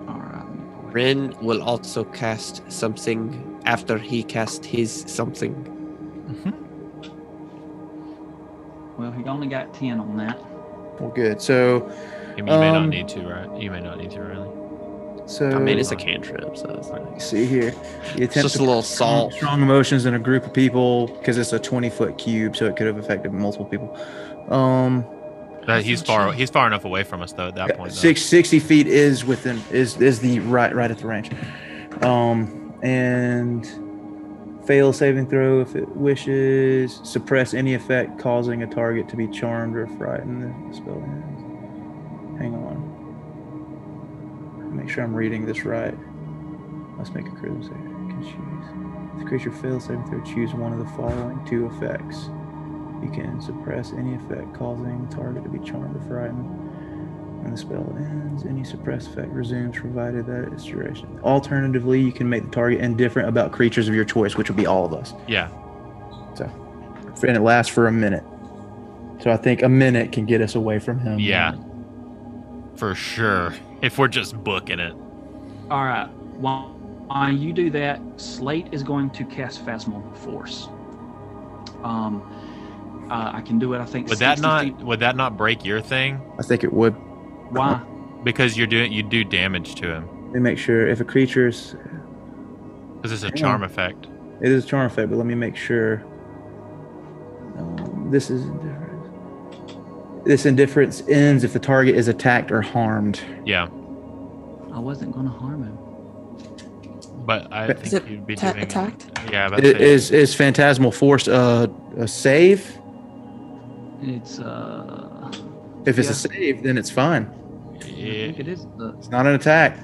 B: All right. Let me pull it.
D: Rin will also cast something after he cast his something.
B: Well, he only got 10 on that.
C: Well, good. So
A: You, you may not
C: Um,
A: need to, right? You may not need to, really.
C: so
D: I mean, it's a cantrip, so it's not.
C: let's see here. You
D: It's just a little
C: strong,
D: salt.
C: strong emotions in a group of people because it's a 20 foot cube, so it could have affected multiple people. Um,
A: But Uh, he's far. He's far enough away from us though. At that point, though.
C: six, 60 feet is within is is the right right at the range. Um, and fail saving throw if it wishes. Suppress any effect causing a target to be charmed or frightened. The spell ends. Hang on. Make sure I'm reading this right. Must make a charisma save. Can choose. If the creature fails saving throw, choose one of the following two effects. You can suppress any effect causing the target to be charmed or frightened. When the spell ends, any suppressed effect resumes, provided that its duration. Alternatively, you can make the target indifferent about creatures of your choice, which would be all of us.
A: Yeah.
C: And it lasts for a minute. So I think a minute can get us away from him.
A: Yeah. For sure. If we're just booking it.
B: All right. While, while you do that, Slate is going to cast Phasmal Force. Um, uh, I can do it. I think.
A: Would that
B: 60
A: not
B: feet.
A: would that not break your thing?
C: I think it would.
B: Why?
A: Because you're doing you do damage to him.
C: Let me make sure if a creature's
A: Because it's a charm effect.
C: it is a charm effect, but let me make sure. Um, this is indifference. This indifference ends if the target is attacked or harmed.
A: Yeah.
B: I wasn't going to harm him.
A: But I
C: But-
A: think
E: Is it
A: you'd be
E: ta-
A: doing
E: attacked?
A: Yeah,
C: I-
A: but
C: Is is phantasmal force a, a save?
B: It's uh.
C: If it's
B: Yeah.
C: a save, then it's fine.
B: I think
A: yeah,
B: it is the.
C: It's not an attack.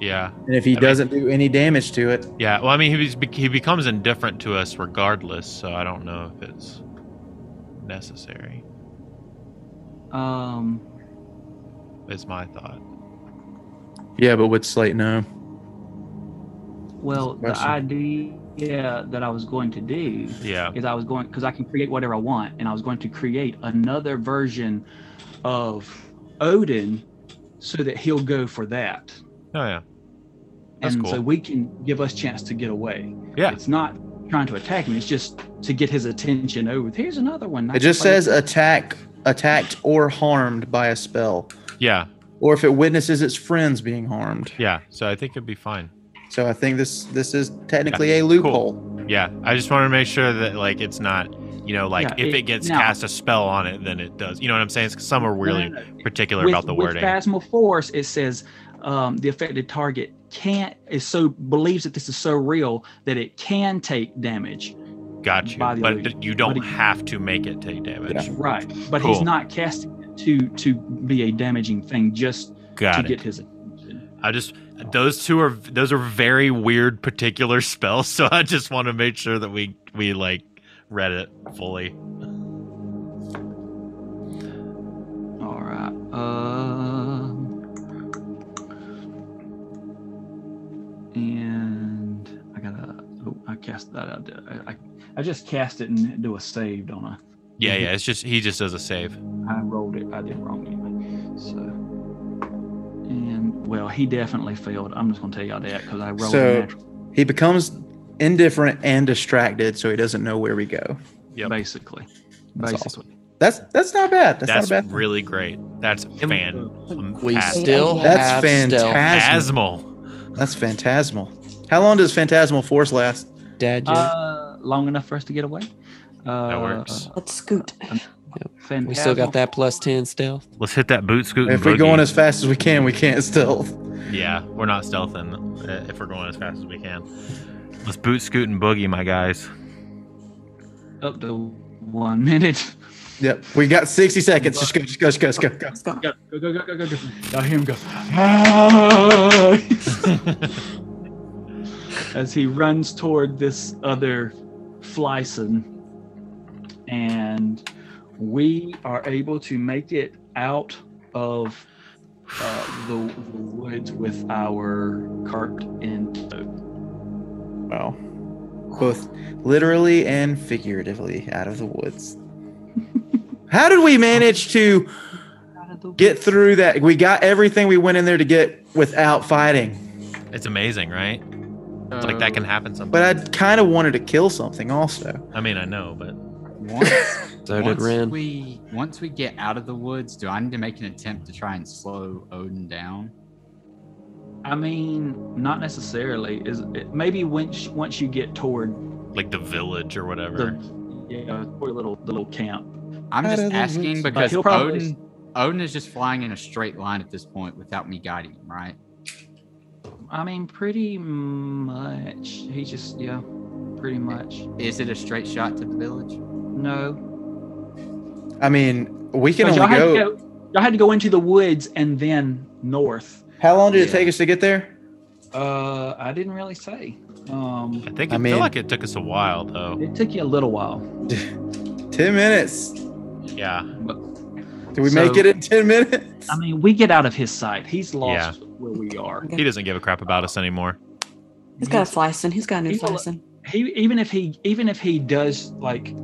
A: yeah.
C: And if he
A: I mean-
C: doesn't do any damage to it,
A: Yeah. Well I mean he be- he becomes indifferent to us regardless, so I don't know if it's necessary.
B: Um.
A: Is my thought.
C: yeah, but with Slate, no.
B: Well, the
C: Question.
B: idea that I was going to do
A: Yeah.
B: is I was going because I can create whatever I want, and I was going to create another version of Odin so that he'll go for that,
A: Oh yeah. That's
B: and
A: cool.
B: so we can give us chance to get away.
A: Yeah.
B: it's not trying to attack him; it's just to get his attention over. Here's another one. I
C: It just
B: can play
C: says attack, attacked or harmed by a spell,
A: Yeah.
C: or if it witnesses its friends being harmed.
A: Yeah. So I think it'd be fine.
C: So I think this this is technically a loophole.
A: Yeah, I just want to make sure that like it's not, you know, like
B: Yeah,
A: if it,
B: it-
A: gets
B: no.
A: cast a spell on it, then it does. You know what I'm saying? It's 'cause some are
B: with-
A: really
B: No, no, no.
A: particular
B: with,
A: about the
B: with
A: wording.
B: Phasmal Force, it says um, the affected target can't is so believes that this is so real that it can take damage.
A: Got you,
B: by the
A: but
B: illusion.
A: th- you don't
B: But it-
A: have to make it take damage.
B: Right, but he's
A: Cool.
B: not casting it to to be a damaging thing just
A: Got
B: to
A: it.
B: get his attention.
A: I just those two are those are very weird particular spells, so I just want to make sure that we we like read it fully.
B: All right. Um, and I gotta. Oh, I cast that out. there. I, I, I just cast it and do a saved on a.
A: Yeah, yeah. It's just he just does a save.
B: I rolled it. I did wrong anyway. So. And well, he definitely failed. I'm just gonna tell y'all that because I rolled.
C: So-
B: a natural,
C: He becomes indifferent and distracted, so he doesn't know where we go.
A: Yep.
B: basically.
C: That's awesome.
B: basically.
C: That's that's not bad. That's,
A: That's,
C: not a bad.
A: really great. That's
B: uh,
A: fan.
H: We
A: Phantasmal.
H: still
E: That's
H: have
C: That's phantasmal.
A: Asmal.
C: That's phantasmal. How long does phantasmal force last?
H: stealth. Dad joke.
B: Uh, long enough for us to get away. Uh,
A: That works.
E: Let's scoot.
D: Um,
H: we still got
B: Phantasmal-
H: that plus ten stealth.
A: Let's hit that boot scoot. and
C: If we're going
A: boogie.
C: as fast as we can, we can't stealth.
A: yeah, we're not stealthing uh, if we're going as fast as we can. Let's boot scoot and boogie, my guys.
B: up to one minute.
C: Yep. We got 60 seconds. Just go, just go, just go, just go, go.
E: Let's go.
B: Go, go, go, go, go, go, go. Now hear him go. "Ah!" As he runs toward this other Flyson. And we are able to make it out of uh, the, the woods with our cart in tow.
C: Wow. Both literally and figuratively out of the woods. How did we manage to get through that? We got everything we went in there to get without fighting.
A: It's amazing, right? It's like that can happen sometimes.
C: But I kind of wanted to kill something also.
A: I mean, I know, but
F: Once,
H: So did
F: once
H: Ren.
F: we once we get out of the woods, do I need to make an attempt to try and slow Odin down?
B: I mean, not necessarily. Is it, maybe once once you get toward
A: like the village or whatever.
B: the yeah, toward little the little camp,
F: I'm
C: Out
F: just
C: of the
F: asking
C: woods.
F: because
B: he'll probably-
F: Odin Odin is just flying in a straight line at this point without me guiding him, right?
B: I mean, pretty much. He just, yeah, pretty much.
F: Is it a straight shot to the village?
B: No.
C: I mean, we can
B: But
C: only
B: Had
C: go.
B: to go. Y'all had to go into the woods and then north.
C: How long did it
F: Yeah.
C: take us to get there?
B: Uh, I didn't really say. Um,
A: I think
C: I
A: I feel
C: mean-
A: like it took us a while though.
B: it took you a little while.
C: 10 minutes.
A: Yeah,
C: Did we
B: So-
C: make it in 10 minutes?
B: I mean, we get out of his sight. He's lost where we are.
A: he doesn't give a crap about us anymore.
E: He's got a flyson. He's got a new
B: He's a-
E: flyson.
B: he even if he even if he does like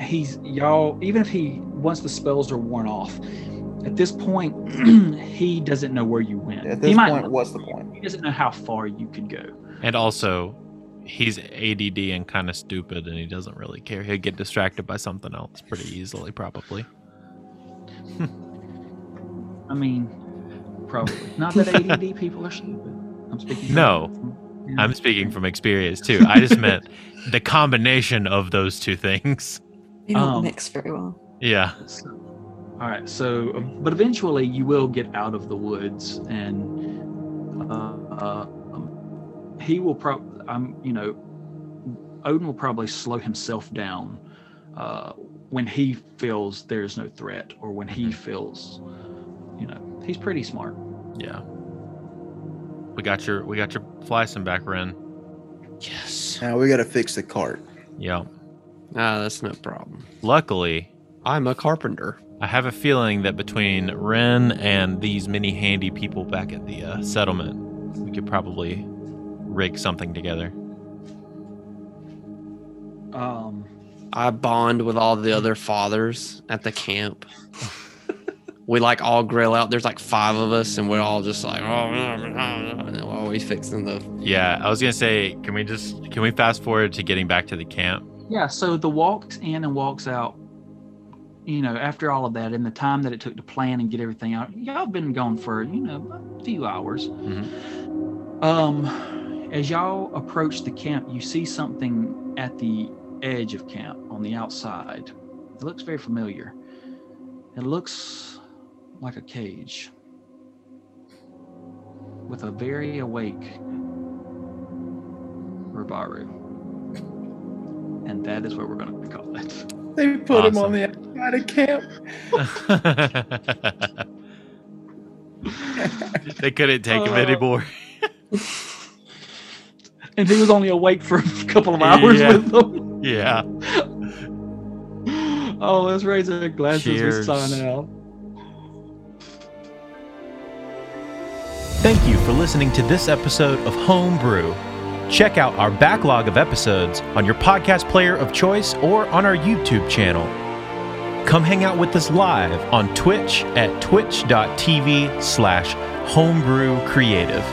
B: he's y'all even if he once the spells are worn off at this point he doesn't know where you went
C: At
B: he
C: this
B: might
C: point,
B: know-
C: what's the point?
B: he doesn't know how far you could go
A: And also, he's ADD and kind of stupid, and he doesn't really care. He'll get distracted by something else pretty easily, probably.
B: I mean, probably. Not that ADD people are stupid. I'm speaking.
A: No,
B: Yeah.
A: I'm speaking from experience too. I just meant the combination of those two things.
E: They don't
B: Um,
E: mix very well.
A: Yeah,
B: So- all right. So, um, but eventually you will get out of the woods, and uh, uh, um, he will probably. I'm. You know, Odin will probably slow himself down uh, when he feels there's no threat, or when
A: Mm-hmm.
B: he feels, you know, he's pretty smart.
A: yeah. We got your we got your flyson back, Ren.
H: Yes.
C: Now we got to fix the cart.
A: Yeah.
D: Ah, that's no problem.
A: Luckily,
D: I'm a carpenter.
A: I have a feeling that between Ren and these many handy people back at the uh, settlement, we could probably rig something together.
B: Um,
D: I bond with all the other fathers at the camp. we like all grill out. There's like five of us, and we're all just like, oh, and we're always fixing the.
A: Yeah, I was gonna say, can we just can we fast forward to getting back to the camp?
B: Yeah, so the walks in and walks out, you know, after all of that and the time that it took to plan and get everything out, y'all been gone for, you know, a few hours. Um, as y'all approach the camp, you see something at the edge of camp on the outside. It looks very familiar. It looks like a cage with a very awake Rubaru. And that is what we're going to call it.
C: They put him
A: Awesome.
C: on the outside of camp.
I: they couldn't take him
B: Uh,
I: anymore.
B: and he was only awake for a couple of hours
I: Yeah.
B: with them.
I: Yeah.
B: Oh, let's raise our glasses.
I: Cheers.
B: We sign out.
I: Thank you for listening to this episode of Homebrew. Check out our backlog of episodes on your podcast player of choice or on our YouTube channel. Come hang out with us live on Twitch at twitch.tv slash homebrew creative.